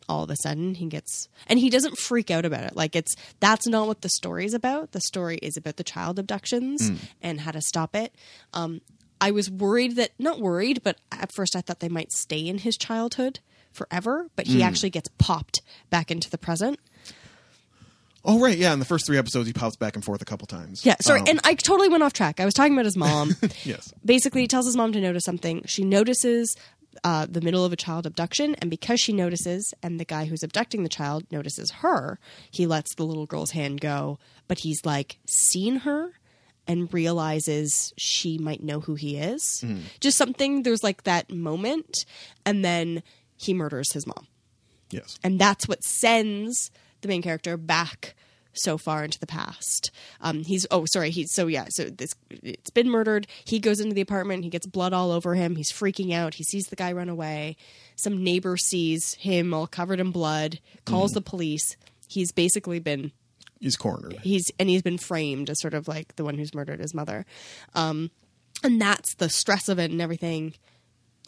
[SPEAKER 2] all of a sudden he gets, and he doesn't freak out about it. Like, it's that's not what the story's about. The story is about the child abductions and how to stop it. Um, I was worried that not worried, but at first I thought they might stay in his childhood forever, but he actually gets popped back into the present.
[SPEAKER 1] Oh right, yeah. In the first three episodes, he pops back and forth a couple times.
[SPEAKER 2] Yeah, sorry,
[SPEAKER 1] Um,
[SPEAKER 2] Oh. and I totally went off track. I was talking about his mom.
[SPEAKER 1] yes,
[SPEAKER 2] Basically, he tells his mom to notice something. She notices uh, the middle of a child abduction, and because she notices, and the guy who's abducting the child notices her, he lets the little girl's hand go, but he's like seen her and realizes she might know who he is. Just something, there's like that moment, and then he murders his mom.
[SPEAKER 1] yes.
[SPEAKER 2] and that's what sends the main character back so far into the past. Um, he's oh sorry he's so yeah so this it's been murdered. He goes into the apartment. He gets blood all over him. He's freaking out. He sees the guy run away. Some neighbor sees him all covered in blood. Calls the police. He's basically been
[SPEAKER 1] He's cornered.
[SPEAKER 2] he's and he's been framed as sort of like the one who's murdered his mother um and that's the stress of it and everything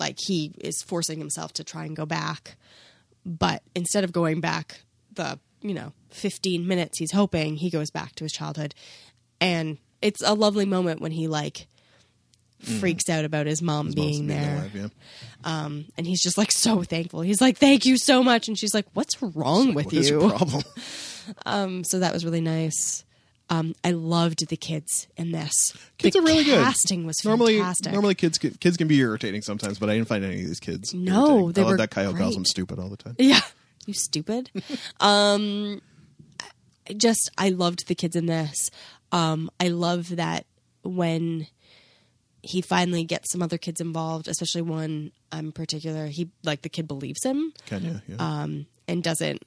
[SPEAKER 2] like he is forcing himself to try and go back but instead of going back the you know 15 minutes he's hoping he goes back to his childhood and it's a lovely moment when he like freaks out about Mm. his mom
[SPEAKER 1] Most
[SPEAKER 2] being
[SPEAKER 1] being
[SPEAKER 2] there
[SPEAKER 1] alive, yeah.
[SPEAKER 2] and he's just like so thankful he's like thank you so much and she's like what's wrong with
[SPEAKER 1] What
[SPEAKER 2] you
[SPEAKER 1] is your problem?
[SPEAKER 2] so that was really nice. Um, I loved the kids in this.
[SPEAKER 1] kids
[SPEAKER 2] the
[SPEAKER 1] are really good.
[SPEAKER 2] Casting was
[SPEAKER 1] normally
[SPEAKER 2] fantastic.
[SPEAKER 1] normally kids can- kids can be irritating sometimes, but I didn't find any of these kids.
[SPEAKER 2] No,
[SPEAKER 1] irritating.
[SPEAKER 2] they
[SPEAKER 1] I love
[SPEAKER 2] were
[SPEAKER 1] that Kyle calls them
[SPEAKER 2] great.
[SPEAKER 1] stupid all the time.
[SPEAKER 2] yeah, you stupid. um, I just I loved the kids in this. Um, I love that when he finally gets some other kids involved, especially one in particular. He like the kid believes him.
[SPEAKER 1] Kenya, yeah.
[SPEAKER 2] um, and doesn't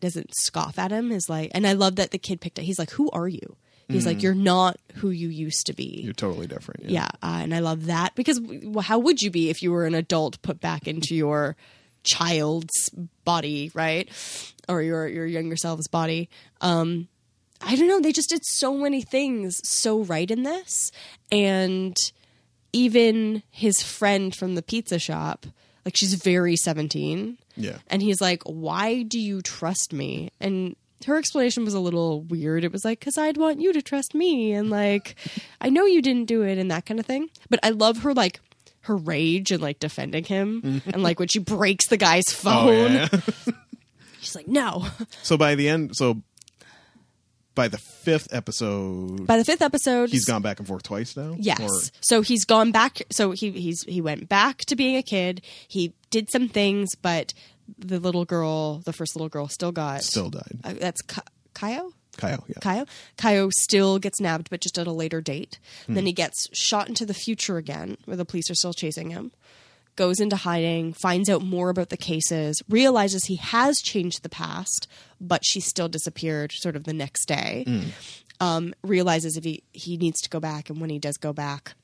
[SPEAKER 2] doesn't scoff at him is like and I love that the kid picked up he's like who are you he's like you're not who you used to be
[SPEAKER 1] Mm. You're totally different. Yeah.
[SPEAKER 2] yeah uh, and I love that because w- how would you be if you were an adult put back into your child's body right or your your younger self's body um I don't know they just did so many things so right in this and even his friend from the pizza shop like she's very 17
[SPEAKER 1] Yeah.
[SPEAKER 2] and he's like, Why do you trust me? And her explanation was a little weird. It was like, Because I'd want you to trust me. And like, I know you didn't do it and that kind of thing. But I love her, like, her rage and like defending him. and like, when she breaks the guy's phone,
[SPEAKER 1] Mm-hmm. Oh, yeah.
[SPEAKER 2] she's like, No.
[SPEAKER 1] so by the end, so by the fifth episode,
[SPEAKER 2] By the fifth episode,
[SPEAKER 1] he's gone back and forth twice now.
[SPEAKER 2] Yes.
[SPEAKER 1] Or-
[SPEAKER 2] so he's gone back. So he he's he went back to being a kid. He did some things, but the little girl, the first little girl, still got
[SPEAKER 1] still died.
[SPEAKER 2] Uh, that's Ka- Kaio.
[SPEAKER 1] Kyle. Yeah.
[SPEAKER 2] Kaio. Kaio still gets nabbed, but just at a later date. Then he gets shot into the future again, where the police are still chasing him. Goes into hiding, finds out more about the cases, realizes he has changed the past, but she still disappeared sort of the next day. Um, realizes if he, he needs to go back, and when he does go back,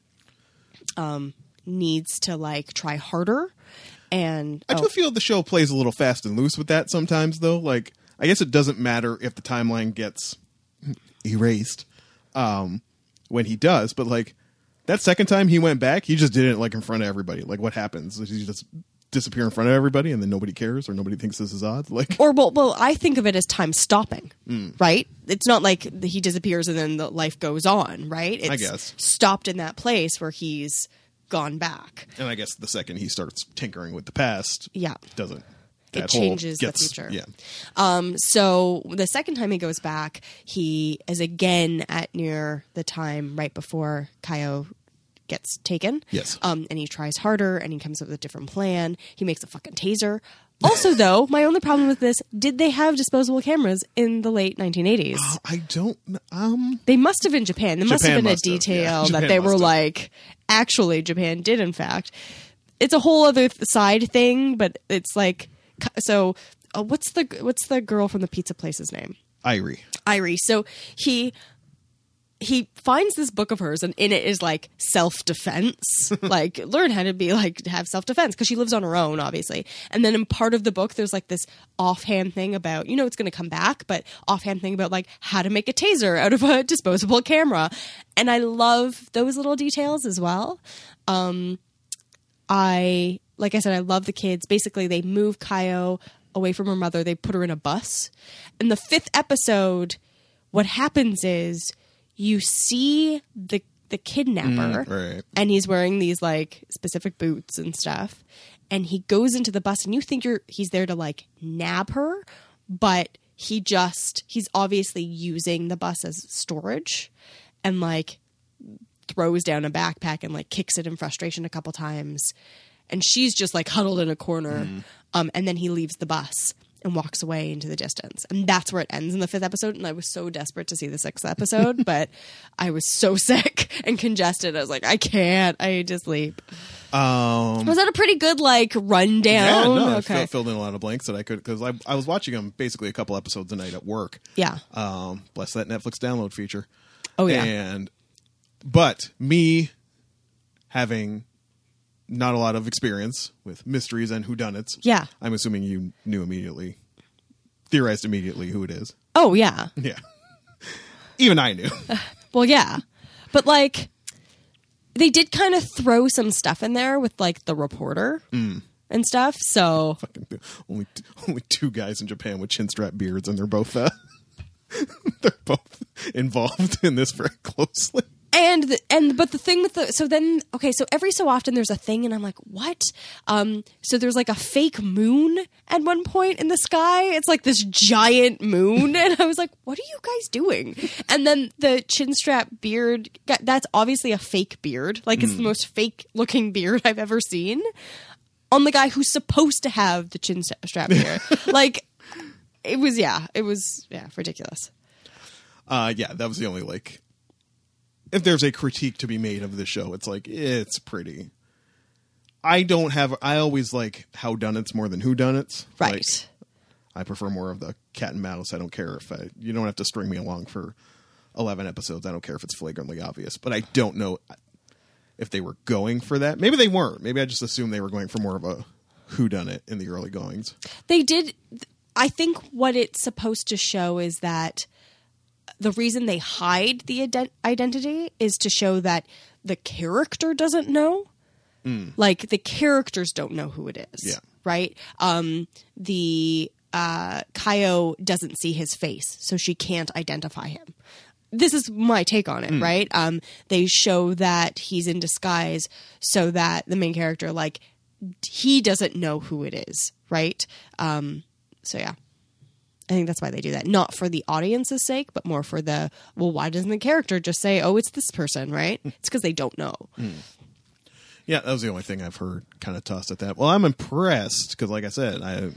[SPEAKER 2] um, needs to like try harder. And
[SPEAKER 1] I do feel the show plays a little fast and loose with that sometimes, though. Like, I guess it doesn't matter if the timeline gets erased um, when he does, but like that second time he went back, he just did it like in front of everybody. Like, what happens? Does he just disappear in front of everybody, and then nobody cares or nobody thinks this is odd? Like,
[SPEAKER 2] or well, well, I think of it as time stopping,
[SPEAKER 1] Hmm.
[SPEAKER 2] right? It's not like the- he disappears and then the life goes on, right? It's
[SPEAKER 1] guess.
[SPEAKER 2] stopped in that place where he's gone back.
[SPEAKER 1] and I guess the second he starts tinkering with the past,
[SPEAKER 2] Yeah.
[SPEAKER 1] doesn't.
[SPEAKER 2] It
[SPEAKER 1] that whole
[SPEAKER 2] changes the future.
[SPEAKER 1] Yeah,
[SPEAKER 2] Um, so the second time he goes back, he is again at near the time right before Kaio gets taken.
[SPEAKER 1] Yes.
[SPEAKER 2] Um, and he tries harder and he comes up with a different plan. He makes a fucking taser. Also, though, my only problem with this: did they have disposable cameras in the late 1980s?
[SPEAKER 1] I don't. Um,
[SPEAKER 2] They must have in Japan. There must have
[SPEAKER 1] Japan
[SPEAKER 2] been a
[SPEAKER 1] must have, yeah.
[SPEAKER 2] detail
[SPEAKER 1] Japan
[SPEAKER 2] that they
[SPEAKER 1] must
[SPEAKER 2] were
[SPEAKER 1] have.
[SPEAKER 2] like, actually, Japan did in fact. it's a whole other th- side thing, but it's like c- so. Uh, what's the what's the girl from the pizza place's name?
[SPEAKER 1] Irie.
[SPEAKER 2] Irie. So he he finds this book of hers, and in it is like self defense, like learn how to be like have self defense because she lives on her own, obviously. And then in part of the book, there's like this offhand thing about you know it's going to come back, but offhand thing about like how to make a taser out of a disposable camera, and I love those little details as well. I like I said, I love the kids. Basically, they move Kaio away from her mother. They put her in a bus. In the fifth episode, what happens is you see the the kidnapper,
[SPEAKER 1] right.
[SPEAKER 2] and he's wearing these like specific boots and stuff. And he goes into the bus, and you think you're he's there to like nab her, but he just he's obviously using the bus as storage, and like throws down a backpack and like kicks it in frustration a couple times and she's just like huddled in a corner
[SPEAKER 1] Mm-hmm.
[SPEAKER 2] um, and then he leaves the bus and walks away into the distance and that's where it ends in the fifth episode and i was so desperate to see the sixth episode but i was so sick and congested i was like i can't i need to sleep
[SPEAKER 1] Um,
[SPEAKER 2] was that a pretty good like rundown
[SPEAKER 1] yeah, no, I
[SPEAKER 2] Oh, okay
[SPEAKER 1] fill- filled in a lot of blanks that I could because I, I was watching them basically a couple episodes a night at work.
[SPEAKER 2] yeah
[SPEAKER 1] Um, bless that Netflix download feature.
[SPEAKER 2] Oh, yeah.
[SPEAKER 1] And but me having not a lot of experience with mysteries and whodunits.
[SPEAKER 2] Yeah.
[SPEAKER 1] I'm assuming you knew immediately, theorized immediately who it is.
[SPEAKER 2] oh yeah
[SPEAKER 1] Yeah. Even I knew.
[SPEAKER 2] Well, yeah. But like they did kind of throw some stuff in there with like the reporter and stuff. So
[SPEAKER 1] only t- only two guys in Japan with chin strap beards, and they're both uh, they're both involved in this very closely.
[SPEAKER 2] and the, and but the thing with the so then okay, so every so often there's a thing and I'm like, "What?" Um so there's like a fake moon at one point in the sky. It's like this giant moon and I was like, "What are you guys doing?" And then the chin strap beard gu- that's obviously a fake beard. Like it's the most fake looking beard I've ever seen. on the guy who's supposed to have the chin st- strap here. like it was yeah, it was yeah, ridiculous.
[SPEAKER 1] Uh, yeah, that was the only like. If there's a critique to be made of the show, it's like it's pretty. I don't have. I always like how done it's more than who done it's.
[SPEAKER 2] Right.
[SPEAKER 1] I prefer more of the cat and mouse. I don't care if I, you don't have to string me along for 11 episodes. I don't care if it's flagrantly obvious, but I don't know if they were going for that. Maybe they weren't. Maybe I just assumed they were going for more of a who done it in the early goings.
[SPEAKER 2] they did I think what it's supposed to show is that the reason they hide the ident- identity is to show that the character doesn't know. Like the characters don't know who it is.
[SPEAKER 1] Yeah.
[SPEAKER 2] Right? Um the uh Kaio doesn't see his face, so she can't identify him. This is my take on it, right? Um they show that he's in disguise so that the main character like he doesn't know who it is, right? Um so yeah. I think that's why they do that. Not for the audience's sake, but more for the, well, why doesn't the character just say, oh, it's this person, right? It's because they don't know.
[SPEAKER 1] Yeah, that was the only thing I've heard kind of tossed at that. Well, I'm impressed because, like I said, I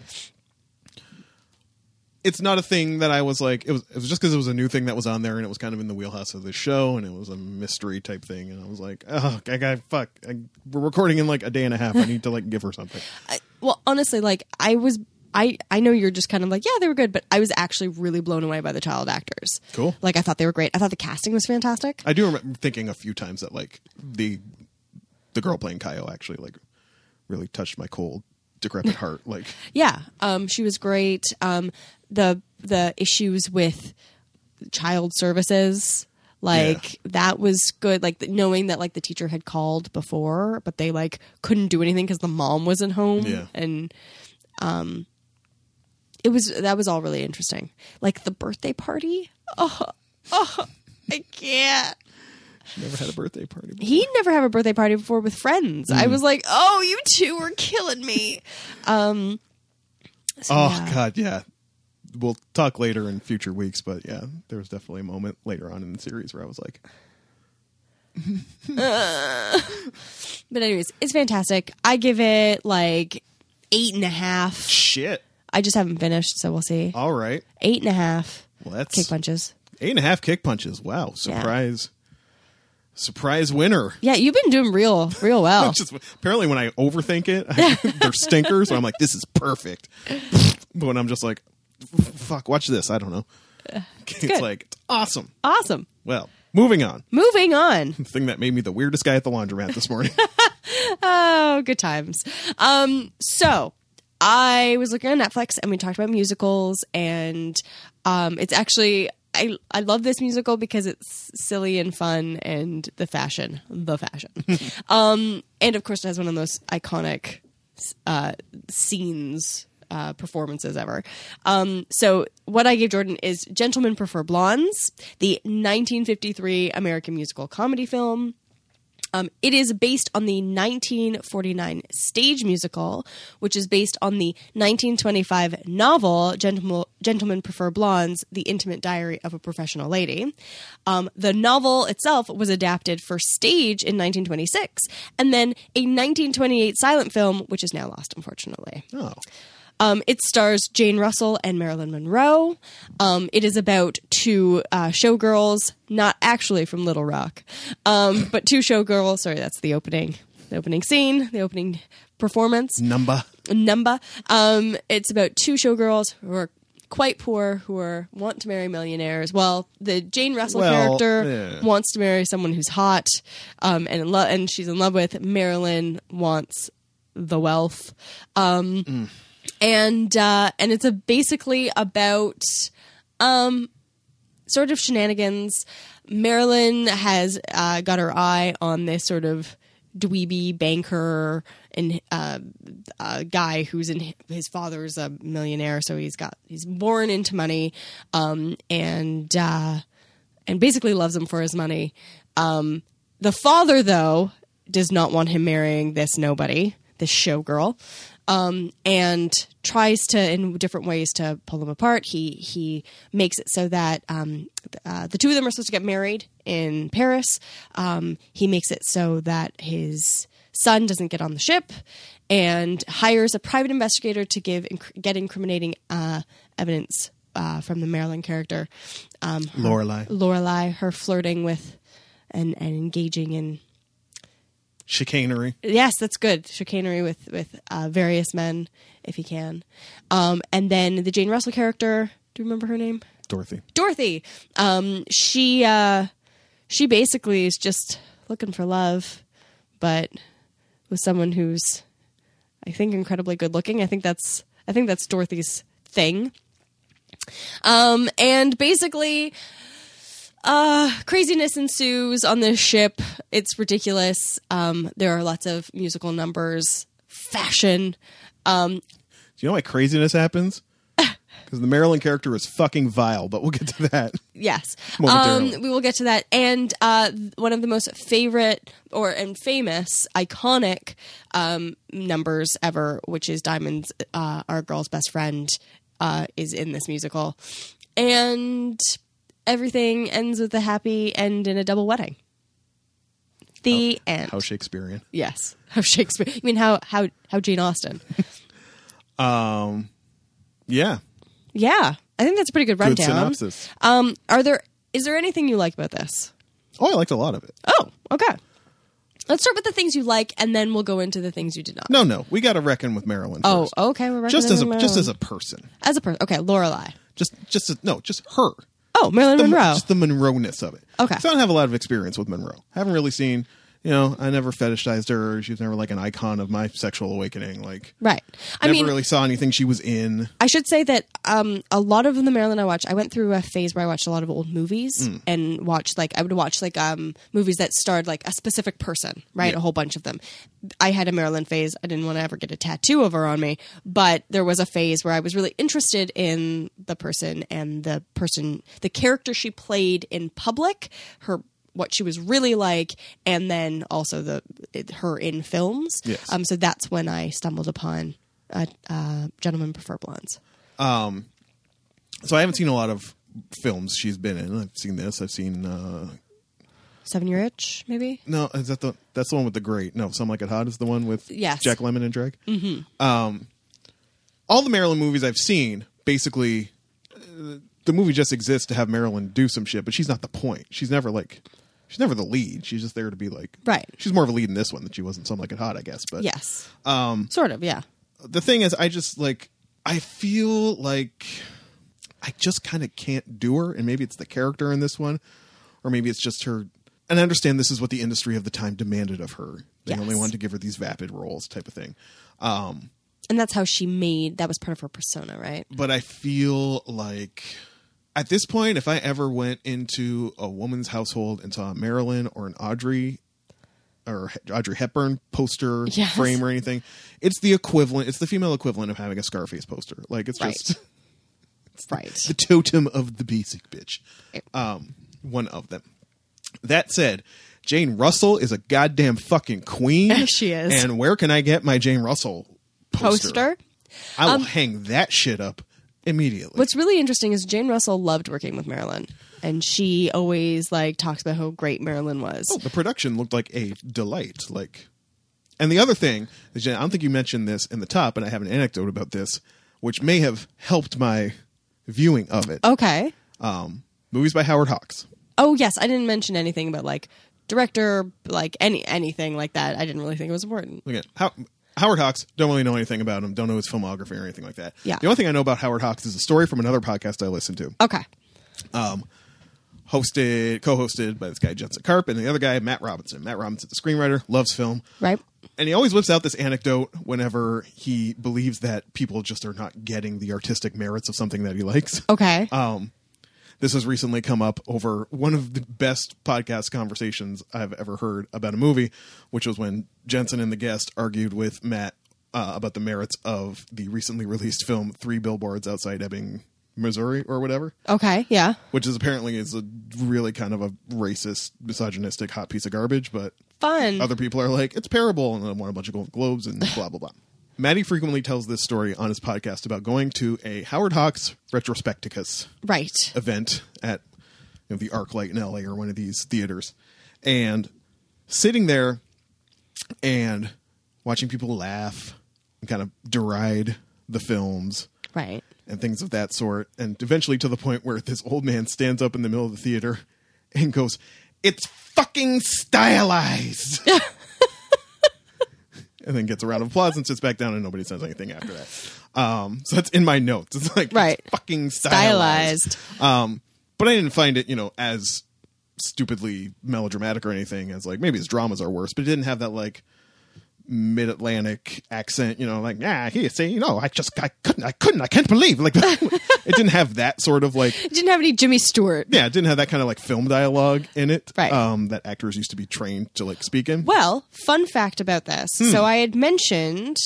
[SPEAKER 1] it's not a thing that I was like. It was it was just because it was a new thing that was on there, and it was kind of in the wheelhouse of the show, and it was a mystery type thing, and I was like, oh, I got fuck. I, we're recording in like a day and a half. I need to like give her something.
[SPEAKER 2] I, well, honestly, like, I was, I, I know you're just kind of like, yeah, they were good, but I was actually really blown away by the child actors.
[SPEAKER 1] Cool.
[SPEAKER 2] Like, I thought they were great. I thought the casting was fantastic.
[SPEAKER 1] I do remember thinking a few times that like the the girl playing Kyo actually like really touched my cold decrepit heart. Like
[SPEAKER 2] Yeah, um, she was great. Um, the the issues with child services, like that was good. Like th- knowing that like the teacher had called before, but they like couldn't do anything because the mom wasn't home,
[SPEAKER 1] Yeah.
[SPEAKER 2] and um, it was that was all really interesting. Like the birthday party. Oh, oh I can't.
[SPEAKER 1] she never had a birthday party. before.
[SPEAKER 2] He never have a birthday party before with friends.
[SPEAKER 1] Mm.
[SPEAKER 2] I was like, oh, you two are killing me. Um, so,
[SPEAKER 1] Oh
[SPEAKER 2] yeah.
[SPEAKER 1] god, yeah. We'll talk later in future weeks, but yeah, there was definitely a moment later on in the series where I was like,
[SPEAKER 2] But anyways, it's fantastic. I give it like eight and a half.
[SPEAKER 1] "Shit,
[SPEAKER 2] I just haven't finished, so we'll see.
[SPEAKER 1] all right,
[SPEAKER 2] Eight and a half
[SPEAKER 1] well, Oh. that's
[SPEAKER 2] kick punches.
[SPEAKER 1] eight and a half kick punches." Wow, surprise! surprise winner.
[SPEAKER 2] Yeah, you've been doing real, real well.
[SPEAKER 1] Just apparently when I overthink it, I, they're stinkers. So I'm like, this is perfect. but when I'm just like, fuck, watch this. I don't know. It's,
[SPEAKER 2] good.
[SPEAKER 1] like it's awesome.
[SPEAKER 2] awesome.
[SPEAKER 1] Well, moving on.
[SPEAKER 2] Moving on.
[SPEAKER 1] The thing that made me the weirdest guy at the laundromat this morning.
[SPEAKER 2] Oh, good times. Um, so I was looking on Netflix and we talked about musicals and um, it's actually I I love this musical because it's silly and fun and the fashion, the fashion. um, and of course it has one of the most iconic uh, scenes uh, performances ever. Um, so what I gave Jordan is Gentlemen Prefer Blondes, the 1953 American musical comedy film. Um, it is based on the 1949 stage musical, which is based on the 1925 novel Gentlemen, Gentlemen Prefer Blondes The Intimate Diary of a Professional Lady. Um, the novel itself was adapted for stage in 1926, and then a 1928 silent film, which is now lost, unfortunately.
[SPEAKER 1] oh,
[SPEAKER 2] Um, it stars Jane Russell and Marilyn Monroe. Um, it is about two uh, showgirls, not actually from Little Rock, um, but two showgirls. Sorry, that's the opening, the opening scene, the opening performance.
[SPEAKER 1] number.
[SPEAKER 2] Numba. Um, it's about two showgirls who are quite poor who are want to marry millionaires. Well, the Jane Russell
[SPEAKER 1] Well,
[SPEAKER 2] character
[SPEAKER 1] yeah.
[SPEAKER 2] wants to marry someone who's hot, um, and in lo- and she's in love with. Marilyn wants the wealth, um,
[SPEAKER 1] Mm.
[SPEAKER 2] and uh, and it's a basically about um, sort of shenanigans. Marilyn has uh, got her eye on this sort of dweeby banker and uh, uh, guy who's in his father's a millionaire, so he's got he's born into money, um, and uh, and basically loves him for his money. Um, the father, though, does not want him marrying this nobody, this showgirl, um, and tries to in different ways to pull them apart. He he makes it so that um, uh, the two of them are supposed to get married in Paris. Um, he makes it so that his son doesn't get on the ship and hires a private investigator to give inc- get incriminating uh, evidence uh, from the Maryland character. Um,
[SPEAKER 1] Lorelai.
[SPEAKER 2] Lorelai, her flirting with and, and engaging in
[SPEAKER 1] Chicanery.
[SPEAKER 2] yes, that's good chicanery with with uh, various men if he can, um, and then the Jane Russell character. Do you remember her name?
[SPEAKER 1] Dorothy.
[SPEAKER 2] Dorothy. Um, she uh, she basically is just looking for love, but with someone who's I think incredibly good looking. I think that's I think that's Dorothy's thing. Um, and basically, uh, craziness ensues on this ship. It's ridiculous. Um, there are lots of musical numbers, fashion. Um,
[SPEAKER 1] Do you know why craziness happens? Because the Maryland character is fucking vile, but we'll get to that.
[SPEAKER 2] yes
[SPEAKER 1] Momentarily.
[SPEAKER 2] um, we will get to that and uh, th- one of the most favorite or and famous iconic um, numbers ever which is diamonds uh, our girl's best friend uh, is in this musical and everything ends with a happy end in a double wedding the end
[SPEAKER 1] How Shakespearean.
[SPEAKER 2] yes how shakespeare i mean how how how jane austen
[SPEAKER 1] Yeah.
[SPEAKER 2] yeah i think that's a pretty good
[SPEAKER 1] Good
[SPEAKER 2] rundown
[SPEAKER 1] synopsis.
[SPEAKER 2] um are there is there anything you like about this
[SPEAKER 1] Oh, I liked a lot of it.
[SPEAKER 2] Oh, okay. Let's start with the things you like, and then we'll go into the things you did not.
[SPEAKER 1] No, no, we got to reckon with Maryland.
[SPEAKER 2] Oh,
[SPEAKER 1] first.
[SPEAKER 2] okay. We're
[SPEAKER 1] just as a
[SPEAKER 2] recommending
[SPEAKER 1] just as a
[SPEAKER 2] Marilyn.
[SPEAKER 1] person,
[SPEAKER 2] as a person. Okay, Lorelai.
[SPEAKER 1] just just as, no, just her.
[SPEAKER 2] Oh, Marilyn
[SPEAKER 1] The,
[SPEAKER 2] Monroe.
[SPEAKER 1] Just the Monroe-ness of it.
[SPEAKER 2] Okay.
[SPEAKER 1] So I don't have a lot of experience with Monroe. I haven't really seen. You know, I never fetishized her. She was never like an icon of my sexual awakening. Like,
[SPEAKER 2] right. I
[SPEAKER 1] never
[SPEAKER 2] mean,
[SPEAKER 1] really saw anything she was in.
[SPEAKER 2] I should say that um, a lot of the Marilyn I watched, I went through a phase where I watched a lot of old movies and watched like I would watch like um, movies that starred like a specific person, right? A whole bunch of them. I had a Marilyn phase. I didn't want to ever get a tattoo of her on me, but there was a phase where I was really interested in the person and the person, the character she played in public, her what she was really like, and then also the it- her in films.
[SPEAKER 1] Yes.
[SPEAKER 2] Um, so that's when I stumbled upon. Uh, uh, gentlemen prefer blondes.
[SPEAKER 1] So I haven't seen a lot of films she's been in. I've seen this. I've seen uh
[SPEAKER 2] Seven Year Itch, maybe?
[SPEAKER 1] no. Is that the that's the one with the great? No, some like it hot is the one with
[SPEAKER 2] Yes.
[SPEAKER 1] Jack Lemon and Drake. Mm-hmm. Um, all the Marilyn movies I've seen basically. Uh, the movie just exists to have Marilyn do some shit, but she's not the point. She's never like She's never the lead. She's just there to be like
[SPEAKER 2] Right.
[SPEAKER 1] She's more of a lead in this one than she was in Some Like It Hot, I guess. But
[SPEAKER 2] Yes. Um, sort of, yeah.
[SPEAKER 1] the thing is, I just like I feel like I just kind of can't do her, and maybe it's the character in this one, or maybe it's just her. And I understand this is what the industry of the time demanded of her. They only
[SPEAKER 2] Yes.
[SPEAKER 1] wanted to give her these vapid roles, type of thing.
[SPEAKER 2] And that's how she made that was part of her persona, right?
[SPEAKER 1] but I feel like at this point, if I ever went into a woman's household and saw a Marilyn or an Audrey or He- Audrey Hepburn poster
[SPEAKER 2] Yes.
[SPEAKER 1] frame or anything, it's the equivalent. It's the female equivalent of having a Scarface poster. Like it's
[SPEAKER 2] Right.
[SPEAKER 1] just
[SPEAKER 2] Right.
[SPEAKER 1] the totem of the basic bitch.
[SPEAKER 2] It-
[SPEAKER 1] Um, one of them. That said, Jane Russell is a goddamn fucking queen.
[SPEAKER 2] She is.
[SPEAKER 1] And where can I get my Jane Russell poster?
[SPEAKER 2] Poster. Um,
[SPEAKER 1] I will hang that shit up immediately.
[SPEAKER 2] What's really interesting is Jane Russell loved working with Marilyn, and she always like talks about how great Marilyn was.
[SPEAKER 1] Oh, the production looked like a delight. Like, and the other thing is, Jen, I don't think you mentioned this in the top, and I have an anecdote about this, which may have helped my viewing of it.
[SPEAKER 2] Okay.
[SPEAKER 1] Um, movies by Howard Hawks.
[SPEAKER 2] Oh yes, I didn't mention anything about like director, like any anything like that. I didn't really think it was important.
[SPEAKER 1] Look at how. Howard Hawks, don't really know anything about him, don't know his filmography or anything like that.
[SPEAKER 2] Yeah.
[SPEAKER 1] The only thing I know about Howard Hawks is a story from another podcast I listened to,
[SPEAKER 2] Okay.
[SPEAKER 1] hosted, co hosted by this guy, Jensen Karp, and the other guy, Matt Robinson. Matt Robinson's a screenwriter, loves film.
[SPEAKER 2] Right.
[SPEAKER 1] and he always whips out this anecdote whenever he believes that people just are not getting the artistic merits of something that he likes.
[SPEAKER 2] Okay.
[SPEAKER 1] Um, this has recently come up over one of the best podcast conversations I've ever heard about a movie, which was when Jensen and the guest argued with Matt uh, about the merits of the recently released film Three Billboards Outside Ebbing, Missouri, or whatever
[SPEAKER 2] okay. Yeah.
[SPEAKER 1] which is apparently is a really kind of a racist, misogynistic, hot piece of garbage. But
[SPEAKER 2] Fun.
[SPEAKER 1] Other people are like, it's terrible, and I won a bunch of Golden Globes and blah blah blah. Maddie frequently tells this story on his podcast about going to a Howard Hawks retrospecticus
[SPEAKER 2] Right.
[SPEAKER 1] event at you know, the ArcLight in LA or one of these theaters, and sitting there and watching people laugh and kind of deride the films
[SPEAKER 2] Right.
[SPEAKER 1] and things of that sort. And eventually to the point where this old man stands up in the middle of the theater and goes, It's fucking stylized. and then gets a round of applause and sits back down, and nobody says anything after that. Um, so that's in my notes. It's like,
[SPEAKER 2] Right.
[SPEAKER 1] it's fucking stylized.
[SPEAKER 2] Stylized.
[SPEAKER 1] Um, but I didn't find it, you know, as stupidly melodramatic or anything as like maybe his dramas are worse, but it didn't have that like mid Atlantic accent, you know, like, yeah, he say, you know, I just I couldn't I couldn't I can't believe like it didn't have that sort of like
[SPEAKER 2] It didn't have any Jimmy Stewart.
[SPEAKER 1] yeah, it didn't have that kind of like film dialogue in it.
[SPEAKER 2] Right.
[SPEAKER 1] Um that actors used to be trained to like speak in.
[SPEAKER 2] Well, fun fact about this. So I had mentioned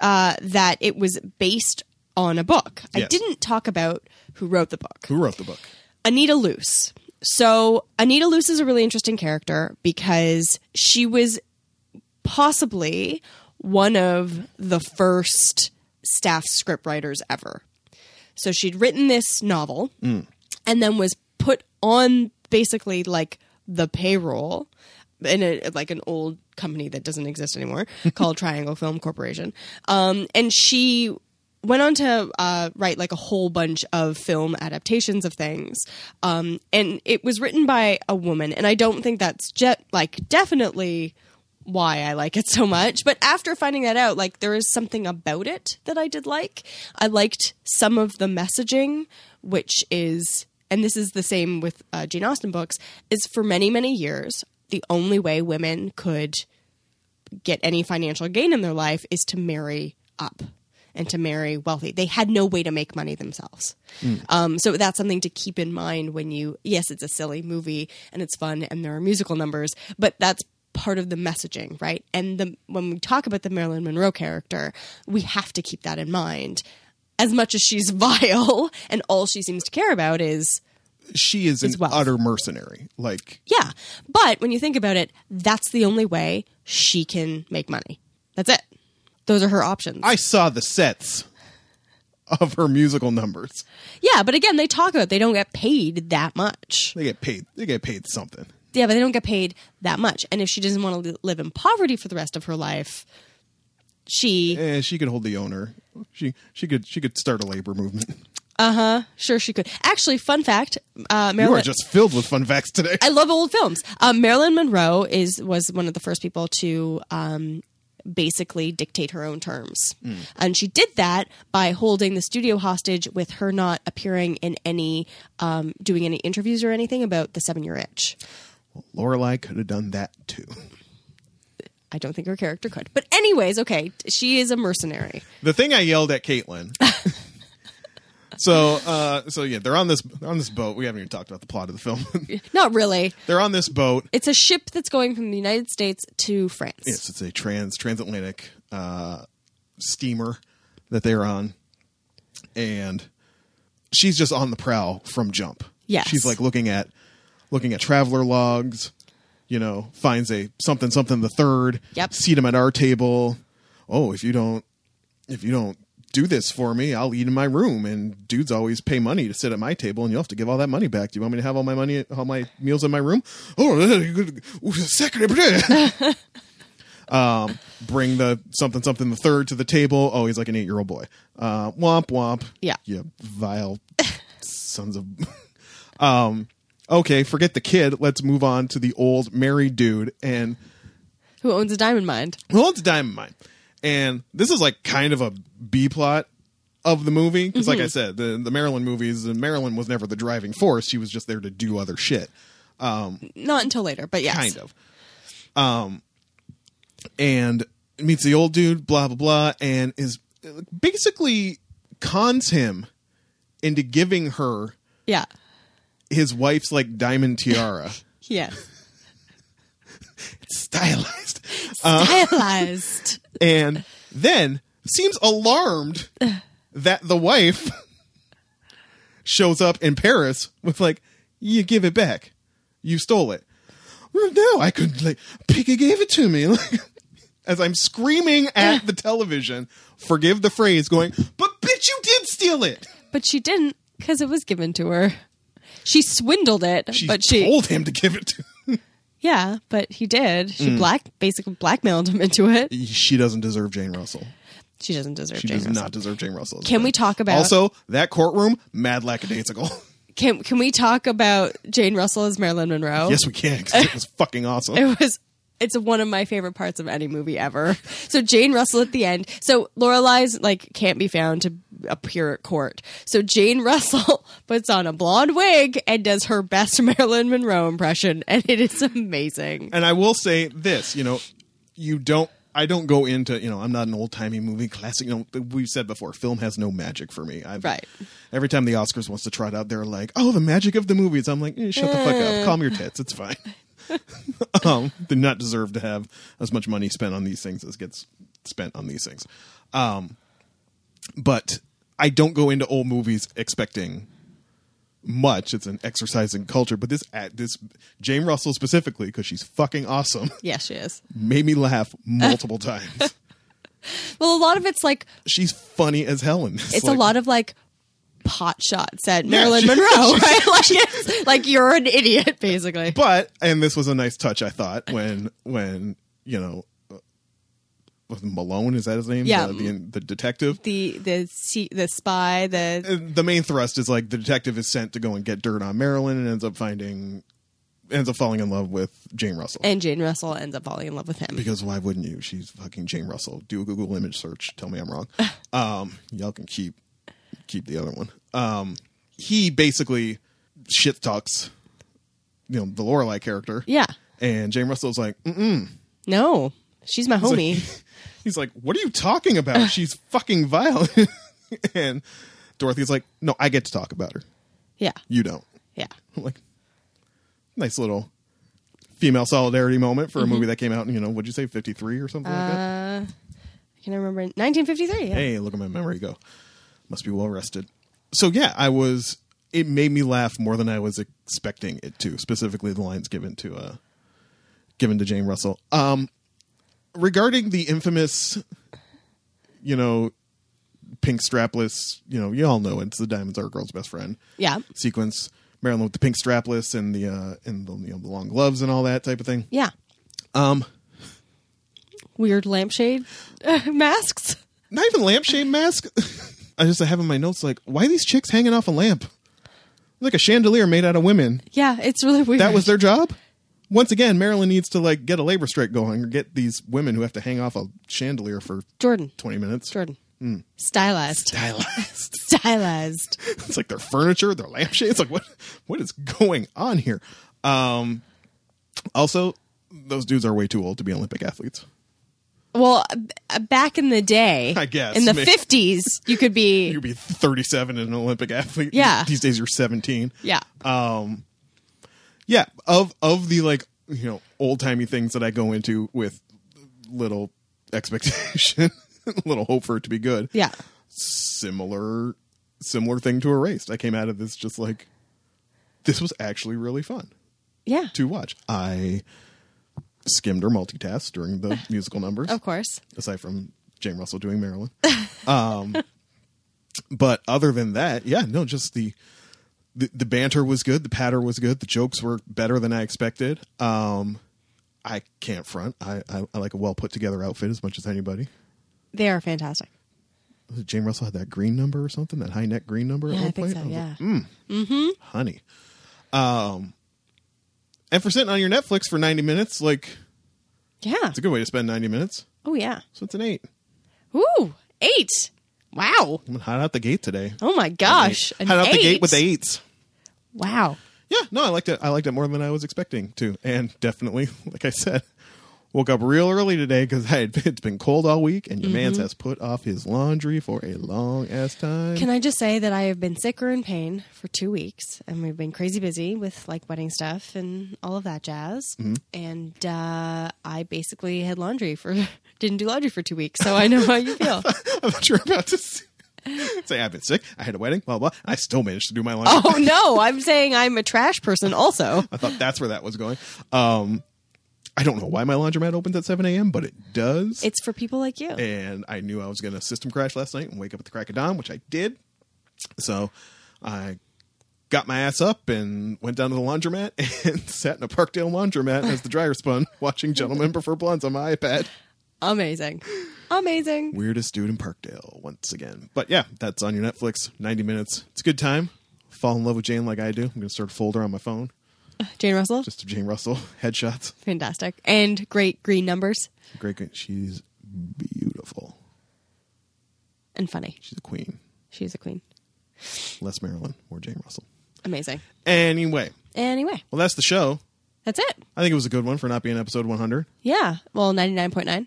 [SPEAKER 2] uh, that it was based on a book. I
[SPEAKER 1] Yes.
[SPEAKER 2] didn't talk about who wrote the book.
[SPEAKER 1] Who wrote the book?
[SPEAKER 2] Anita Luce. So Anita Luce is a really interesting character because she was possibly one of the first staff scriptwriters ever. So she'd written this novel and then was put on basically like the payroll in a, like an old company that doesn't exist anymore called Triangle Film Corporation. Um, and she went on to uh, write like a whole bunch of film adaptations of things. Um, and it was written by a woman. And I don't think that's jet like definitely why I like it so much. But after finding that out, like there is something about it that I did like. I liked some of the messaging, which is, and this is the same with uh, Jane Austen books, is for many, many years, the only way women could get any financial gain in their life is to marry up and to marry wealthy. They had no way to make money themselves. Um, so that's something to keep in mind when you, yes, it's a silly movie and it's fun and there are musical numbers, but that's part of the messaging, right? And the, when we talk about the Marilyn Monroe character, we have to keep that in mind. As much as she's vile and all she seems to care about is
[SPEAKER 1] She is an
[SPEAKER 2] wealth.
[SPEAKER 1] utter mercenary. Like
[SPEAKER 2] yeah. But when you think about it, that's the only way she can make money. That's it. Those are her options.
[SPEAKER 1] I saw the sets of her musical numbers.
[SPEAKER 2] yeah, but again, they talk about they don't get paid that much.
[SPEAKER 1] They get paid they get paid something.
[SPEAKER 2] Yeah, but they don't get paid that much. And if she doesn't want to li- live in poverty for the rest of her life, she
[SPEAKER 1] Eh, she could hold the owner. She she could she could start a labor movement.
[SPEAKER 2] Sure, she could. Actually, fun fact, uh,
[SPEAKER 1] You are
[SPEAKER 2] Marilyn.
[SPEAKER 1] just filled with fun facts today.
[SPEAKER 2] I love old films. Um, Marilyn Monroe is was one of the first people to um, basically dictate her own terms, and she did that by holding the studio hostage with her not appearing in any, um, doing any interviews or anything about the Seven Year Itch.
[SPEAKER 1] Lorelai could have done that too.
[SPEAKER 2] I don't think her character could, but anyways, okay, she is a mercenary.
[SPEAKER 1] The thing I yelled at Caitlin. so, uh, so yeah, they're on this they're on this boat. We haven't even talked about the plot of the film.
[SPEAKER 2] Not really.
[SPEAKER 1] they're on this boat.
[SPEAKER 2] It's a ship that's going from the United States to France.
[SPEAKER 1] Yes, it's a trans transatlantic uh, steamer that they're on, and she's just on the prowl from jump.
[SPEAKER 2] Yes.
[SPEAKER 1] she's like looking at looking at traveler logs. You know, finds a something something the third.
[SPEAKER 2] Yep.
[SPEAKER 1] Seat him at our table. Oh, if you don't, if you don't do this for me, I'll eat in my room. And dudes always pay money to sit at my table, and you'll have to give all that money back. Do you want me to have all my money, all my meals in my room? Oh, second. Um, bring the something something the third to the table. Oh, he's like an eight year old boy. Uh, womp womp.
[SPEAKER 2] Yeah.
[SPEAKER 1] You vile sons of. um. Okay, forget the kid. Let's move on to the old married dude and
[SPEAKER 2] Who owns a diamond mine?
[SPEAKER 1] well, it's Diamond Mine, and this is like kind of a B plot of the movie because, like I said, the the Maryland movies, and Maryland was never the driving force. She was just there to do other shit.
[SPEAKER 2] Not until later, but yes.
[SPEAKER 1] kind of. Um, and meets the old dude, blah blah blah, and is basically cons him into giving her
[SPEAKER 2] Yeah.
[SPEAKER 1] his wife's like diamond tiara,
[SPEAKER 2] Yeah.
[SPEAKER 1] stylized,
[SPEAKER 2] Stylized.
[SPEAKER 1] and then seems alarmed that the wife shows up in Paris with like, "You give it back, you stole it." Well, No, I couldn't. Like, Piggy gave it to me. Like, as I'm screaming at the television, forgive the phrase, going, "But bitch, you did steal it."
[SPEAKER 2] But she didn't because it was given to her. She swindled it,
[SPEAKER 1] She
[SPEAKER 2] but she
[SPEAKER 1] told him to give it to.
[SPEAKER 2] yeah, but he did.
[SPEAKER 1] Mm.
[SPEAKER 2] She black basically blackmailed him into it.
[SPEAKER 1] She doesn't deserve Jane Russell.
[SPEAKER 2] She doesn't deserve.
[SPEAKER 1] She
[SPEAKER 2] Jane
[SPEAKER 1] does
[SPEAKER 2] Russell.
[SPEAKER 1] not deserve Jane Russell.
[SPEAKER 2] Can we talk about
[SPEAKER 1] also that courtroom? Mad lackadaisical.
[SPEAKER 2] can can we talk about Jane Russell as Marilyn Monroe?
[SPEAKER 1] Yes, we can. 'cause it was fucking awesome.
[SPEAKER 2] it was. It's one of my favorite parts of any movie ever. So Jane Russell at the end. So Lorelai's like can't be found to appear at court. So Jane Russell puts on a blonde wig and does her best Marilyn Monroe impression, and it is amazing.
[SPEAKER 1] and I will say this, you know, you don't. I don't go into, you know, I'm not an old timey movie classic. You know, we've said before, film has no magic for me. I've,
[SPEAKER 2] Right.
[SPEAKER 1] Every time the Oscars wants to trot out, they're like, "Oh, the magic of the movies." I'm like, eh, "Shut the fuck up, calm your tits. It's fine." um, they not deserve to have as much money spent on these things as gets spent on these things. Um, but I don't go into old movies expecting much. It's an exercise in culture. But this, at this Jane Russell specifically, because she's fucking awesome
[SPEAKER 2] Yes, she is.
[SPEAKER 1] made me laugh multiple times.
[SPEAKER 2] Well, a lot of it's like
[SPEAKER 1] She's funny as hell in this.
[SPEAKER 2] it's a
[SPEAKER 1] Like,
[SPEAKER 2] lot of like pot shots at
[SPEAKER 1] Yeah,
[SPEAKER 2] Marilyn
[SPEAKER 1] she-
[SPEAKER 2] Monroe, right? Like it's like you're an idiot, basically.
[SPEAKER 1] But and this was a nice touch, I thought, when when you know, uh, was Malone is that his name?
[SPEAKER 2] Yeah.
[SPEAKER 1] the the, the detective.
[SPEAKER 2] the the se- the spy, the
[SPEAKER 1] Uh, The main thrust is like the detective is sent to go and get dirt on Marilyn and ends up finding, ends up falling in love with Jane Russell.
[SPEAKER 2] and Jane Russell ends up falling in love with him.
[SPEAKER 1] because why wouldn't you? She's fucking Jane Russell. Do a Google image search. Tell me I'm wrong. Um, y'all can keep keep the other one. Um, he basically shit talks, you know, the Lorelai character.
[SPEAKER 2] Yeah.
[SPEAKER 1] And Jane Russell's like, Mm-mm.
[SPEAKER 2] No, she's my homie.
[SPEAKER 1] he's like, what are you talking about? She's fucking violent. and Dorothy's like, no, I get to talk about her.
[SPEAKER 2] yeah,
[SPEAKER 1] You don't.
[SPEAKER 2] yeah,
[SPEAKER 1] I'm like, nice little female solidarity moment for a movie that came out in, you know, what'd you say, 53 or something like that?
[SPEAKER 2] can I remember? 1953. Yeah.
[SPEAKER 1] hey, look at my memory go. Must be well rested. So yeah, I was. It made me laugh more than I was expecting it to. Specifically, the lines given to uh, given to Jane Russell. Um, regarding the infamous, you know, pink strapless. You know, you all know it's the diamonds are a girl's best friend
[SPEAKER 2] yeah,
[SPEAKER 1] sequence. Marilyn with the pink strapless and the uh, and the, you know, the long gloves and all that type of thing.
[SPEAKER 2] yeah.
[SPEAKER 1] Um,
[SPEAKER 2] Weird lampshade uh, masks.
[SPEAKER 1] not even lampshade mask. I just I have in my notes like, why are these chicks hanging off a lamp? Like a chandelier made out of women.
[SPEAKER 2] Yeah, it's really weird.
[SPEAKER 1] That was their job? Once again, Maryland needs to like get a labor strike going or get these women who have to hang off a chandelier for
[SPEAKER 2] Jordan.
[SPEAKER 1] twenty minutes.
[SPEAKER 2] Jordan.
[SPEAKER 1] Hmm.
[SPEAKER 2] Stylized.
[SPEAKER 1] Stylized.
[SPEAKER 2] Stylized.
[SPEAKER 1] it's like their furniture, their lampshades. Like what what is going on here? Um also, those dudes are way too old to be Olympic athletes.
[SPEAKER 2] Well, b- uh, back in the day,
[SPEAKER 1] I guess,
[SPEAKER 2] in the
[SPEAKER 1] maybe.
[SPEAKER 2] fifties, you could be.
[SPEAKER 1] You'd be 37 and an Olympic athlete.
[SPEAKER 2] Yeah.
[SPEAKER 1] These days you're 17.
[SPEAKER 2] yeah.
[SPEAKER 1] Uh, yeah of of the like you know old timey things that i go into with little expectation little hope for it to be good
[SPEAKER 2] yeah.
[SPEAKER 1] similar similar thing to erased i came out of this just like this was actually really fun
[SPEAKER 2] Yeah.
[SPEAKER 1] to watch i skimmed or multitasked during the musical numbers
[SPEAKER 2] Of course.
[SPEAKER 1] aside from Jane Russell doing Maryland. um, but other than that, yeah, no, just the, the the banter was good, the patter was good, the jokes were better than I expected. Um, I can't front. I, I, I like a well put together outfit as much as anybody.
[SPEAKER 2] They are fantastic.
[SPEAKER 1] Was it Jane Russell had that green number or something, that high neck green number. at
[SPEAKER 2] Yeah, I
[SPEAKER 1] one
[SPEAKER 2] think
[SPEAKER 1] point?
[SPEAKER 2] so.
[SPEAKER 1] was like,
[SPEAKER 2] Yeah.
[SPEAKER 1] honey. Um, and for sitting on your Netflix for ninety minutes, like
[SPEAKER 2] Yeah.
[SPEAKER 1] it's a good way to spend ninety minutes.
[SPEAKER 2] Oh yeah.
[SPEAKER 1] So it's an eight.
[SPEAKER 2] Ooh, eight. Wow.
[SPEAKER 1] I'm hot out the gate today.
[SPEAKER 2] Oh my gosh.
[SPEAKER 1] Hot
[SPEAKER 2] an
[SPEAKER 1] out the gate with the
[SPEAKER 2] eight.
[SPEAKER 1] eights.
[SPEAKER 2] Wow.
[SPEAKER 1] yeah, no, I liked it. I liked it more than I was expecting to, and definitely, like I said, woke up real early today because I had it's been cold all week, and your man's has put off his laundry for a long ass time.
[SPEAKER 2] Can I just say that I have been sick or in pain for two weeks, and we've been crazy busy with like wedding stuff and all of that jazz.
[SPEAKER 1] Mm-hmm.
[SPEAKER 2] And uh, I basically had laundry for didn't do laundry for two weeks, so I know how you feel.
[SPEAKER 1] I thought you were about to say, say I've been sick. I had a wedding. Blah blah. I still managed to do my laundry.
[SPEAKER 2] oh no, I'm saying I'm a trash person. Also,
[SPEAKER 1] I thought that's where that was going. Um, I don't know why my laundromat opens at seven a.m., but it does.
[SPEAKER 2] it's for people like you.
[SPEAKER 1] and I knew I was going to system crash last night and wake up at the crack of dawn, which I did. So I got my ass up and went down to the laundromat and sat in a Parkdale laundromat as the dryer spun, watching Gentlemen Prefer Blondes on my iPad.
[SPEAKER 2] Amazing, amazing.
[SPEAKER 1] Weirdest dude in Parkdale once again. But yeah, that's on your Netflix. 90 minutes. It's a good time. Fall in love with Jane like I do. I'm going to start a folder on my phone
[SPEAKER 2] Jane Russell,
[SPEAKER 1] just of Jane Russell headshots.
[SPEAKER 2] fantastic, and great green numbers
[SPEAKER 1] Great. queen. She's beautiful.
[SPEAKER 2] and funny.
[SPEAKER 1] She's a queen.
[SPEAKER 2] She's a queen.
[SPEAKER 1] Less Marilyn, more Jane Russell.
[SPEAKER 2] Amazing.
[SPEAKER 1] Anyway,
[SPEAKER 2] Anyway,
[SPEAKER 1] well, that's the show.
[SPEAKER 2] that's it.
[SPEAKER 1] I think it was a good one for not being episode 100,
[SPEAKER 2] Yeah. Well, ninety nine point nine.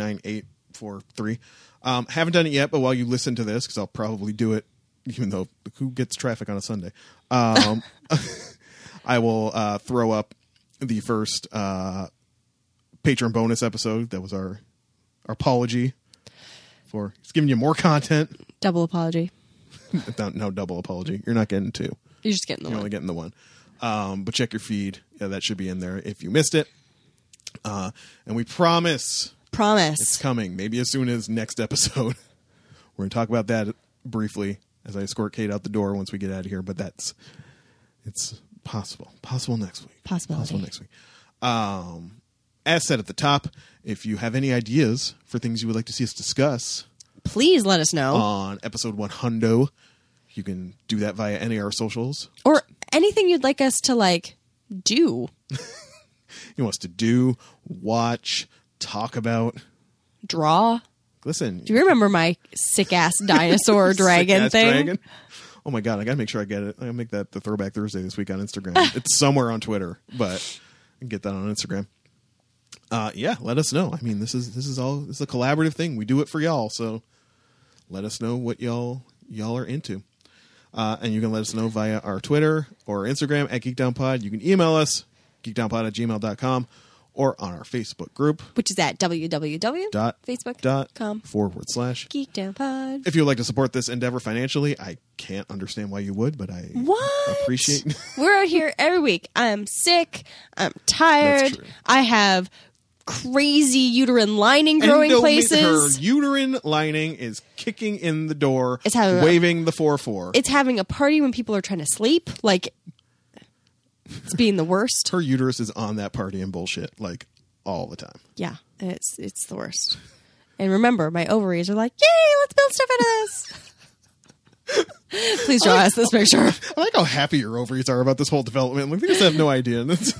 [SPEAKER 1] 99.9843. Um, haven't done it yet, but while you listen to this, because I'll probably do it, even though who gets traffic on a Sunday, um, I will uh, throw up the first uh, patron bonus episode. That was our, our apology for it's giving you more content.
[SPEAKER 2] Double apology.
[SPEAKER 1] no, no double apology. You're not getting two.
[SPEAKER 2] You're just getting the
[SPEAKER 1] You're
[SPEAKER 2] one.
[SPEAKER 1] only getting the one. Um, but check your feed. Yeah, that should be in there if you missed it. Uh, and we promise it's
[SPEAKER 2] Promise.
[SPEAKER 1] coming. Maybe as soon as next episode. We're going to talk about that briefly as I escort Kate out the door once we get out of here. But that's it's possible. Possible next week.
[SPEAKER 2] Possibility.
[SPEAKER 1] Possible next week. Um, as said at the top, if you have any ideas for things you would like to see us discuss,
[SPEAKER 2] Please let us know.
[SPEAKER 1] on episode 100. You can do that via any of our socials.
[SPEAKER 2] or anything you'd like us to like do.
[SPEAKER 1] You want us to do, watch, talk about.
[SPEAKER 2] Draw.
[SPEAKER 1] Listen,
[SPEAKER 2] Do you remember my sick ass dinosaur dragon
[SPEAKER 1] sick-ass
[SPEAKER 2] thing?
[SPEAKER 1] dragon. Oh my god, I gotta make sure I get it. I gotta make that the throwback Thursday this week on Instagram. it's somewhere on Twitter, but I can get that on Instagram. Uh, yeah, let us know. I mean, this is this is all this is a collaborative thing. We do it for y'all, so let us know what y'all y'all are into. Uh, and you can let us know via our Twitter or Instagram at GeekdownPod. You can email us, geekdownpod at gmail.com, or on our Facebook group,
[SPEAKER 2] Which is at
[SPEAKER 1] dot, dot,
[SPEAKER 2] www.facebook.com.
[SPEAKER 1] forward slash
[SPEAKER 2] Geekdownpod.
[SPEAKER 1] if you would like to support this endeavor financially, I can't understand why you would, but I
[SPEAKER 2] What?
[SPEAKER 1] appreciate.
[SPEAKER 2] We're out here every week. I'm sick. I'm tired.
[SPEAKER 1] That's true.
[SPEAKER 2] I have crazy uterine lining growing
[SPEAKER 1] Endome-
[SPEAKER 2] places.
[SPEAKER 1] Her uterine lining is kicking in the door,
[SPEAKER 2] It's having a-
[SPEAKER 1] waving the four four.
[SPEAKER 2] It's having a party when people are trying to sleep. Like, it's being the worst.
[SPEAKER 1] Her uterus is on that party and bullshit like all the time.
[SPEAKER 2] Yeah, it's it's the worst. And remember, my ovaries are like, yay, let's build stuff out of this. Please draw us this picture.
[SPEAKER 1] I like how happy your ovaries are about this whole development. Like they just have no idea. That's-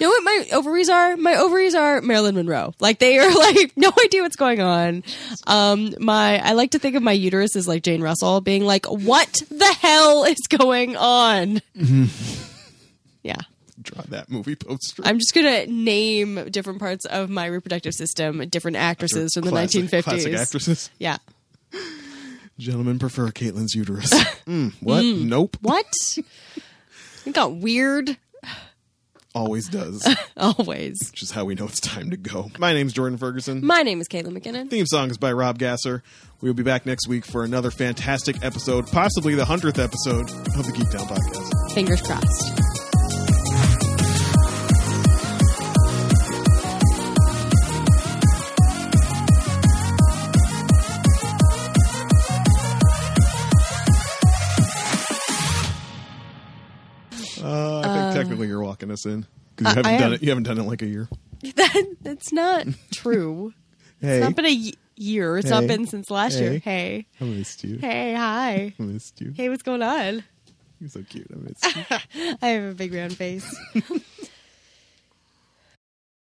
[SPEAKER 2] You know what my ovaries are? My ovaries are Marilyn Monroe. Like they are like no idea what's going on. Um, my I like to think of my uterus as like Jane Russell being like, what the hell is going on? Yeah.
[SPEAKER 1] Draw that movie poster.
[SPEAKER 2] I'm just gonna name different parts of my reproductive system, different actresses from the
[SPEAKER 1] Classic-
[SPEAKER 2] 1950s.
[SPEAKER 1] Classic actresses.
[SPEAKER 2] Yeah.
[SPEAKER 1] Gentlemen prefer Caitlin's uterus. Mm, what?
[SPEAKER 2] Hmm.
[SPEAKER 1] Nope.
[SPEAKER 2] What? it got weird
[SPEAKER 1] Always does.
[SPEAKER 2] always.
[SPEAKER 1] Which is how we know it's time to go. My name's Jordan Ferguson.
[SPEAKER 2] My name is Caitlin McKinnon.
[SPEAKER 1] Theme song is by Rob Gasser. We'll be back next week for another fantastic episode, possibly the hundredth episode of the Geek Down Podcast.
[SPEAKER 2] Fingers crossed.
[SPEAKER 1] Uh, I think technically you're walking us in because you
[SPEAKER 2] I-
[SPEAKER 1] haven't
[SPEAKER 2] I
[SPEAKER 1] done
[SPEAKER 2] am.
[SPEAKER 1] it. You haven't done it in like a year.
[SPEAKER 2] That that's not true.
[SPEAKER 1] Hey,
[SPEAKER 2] It's not been a y- year. It's
[SPEAKER 1] Hey.
[SPEAKER 2] not been since last year. Hey.
[SPEAKER 1] I missed you.
[SPEAKER 2] Hey, hi.
[SPEAKER 1] I missed you.
[SPEAKER 2] Hey, what's going on?
[SPEAKER 1] You're so cute. I missed you.
[SPEAKER 2] I have a big round face.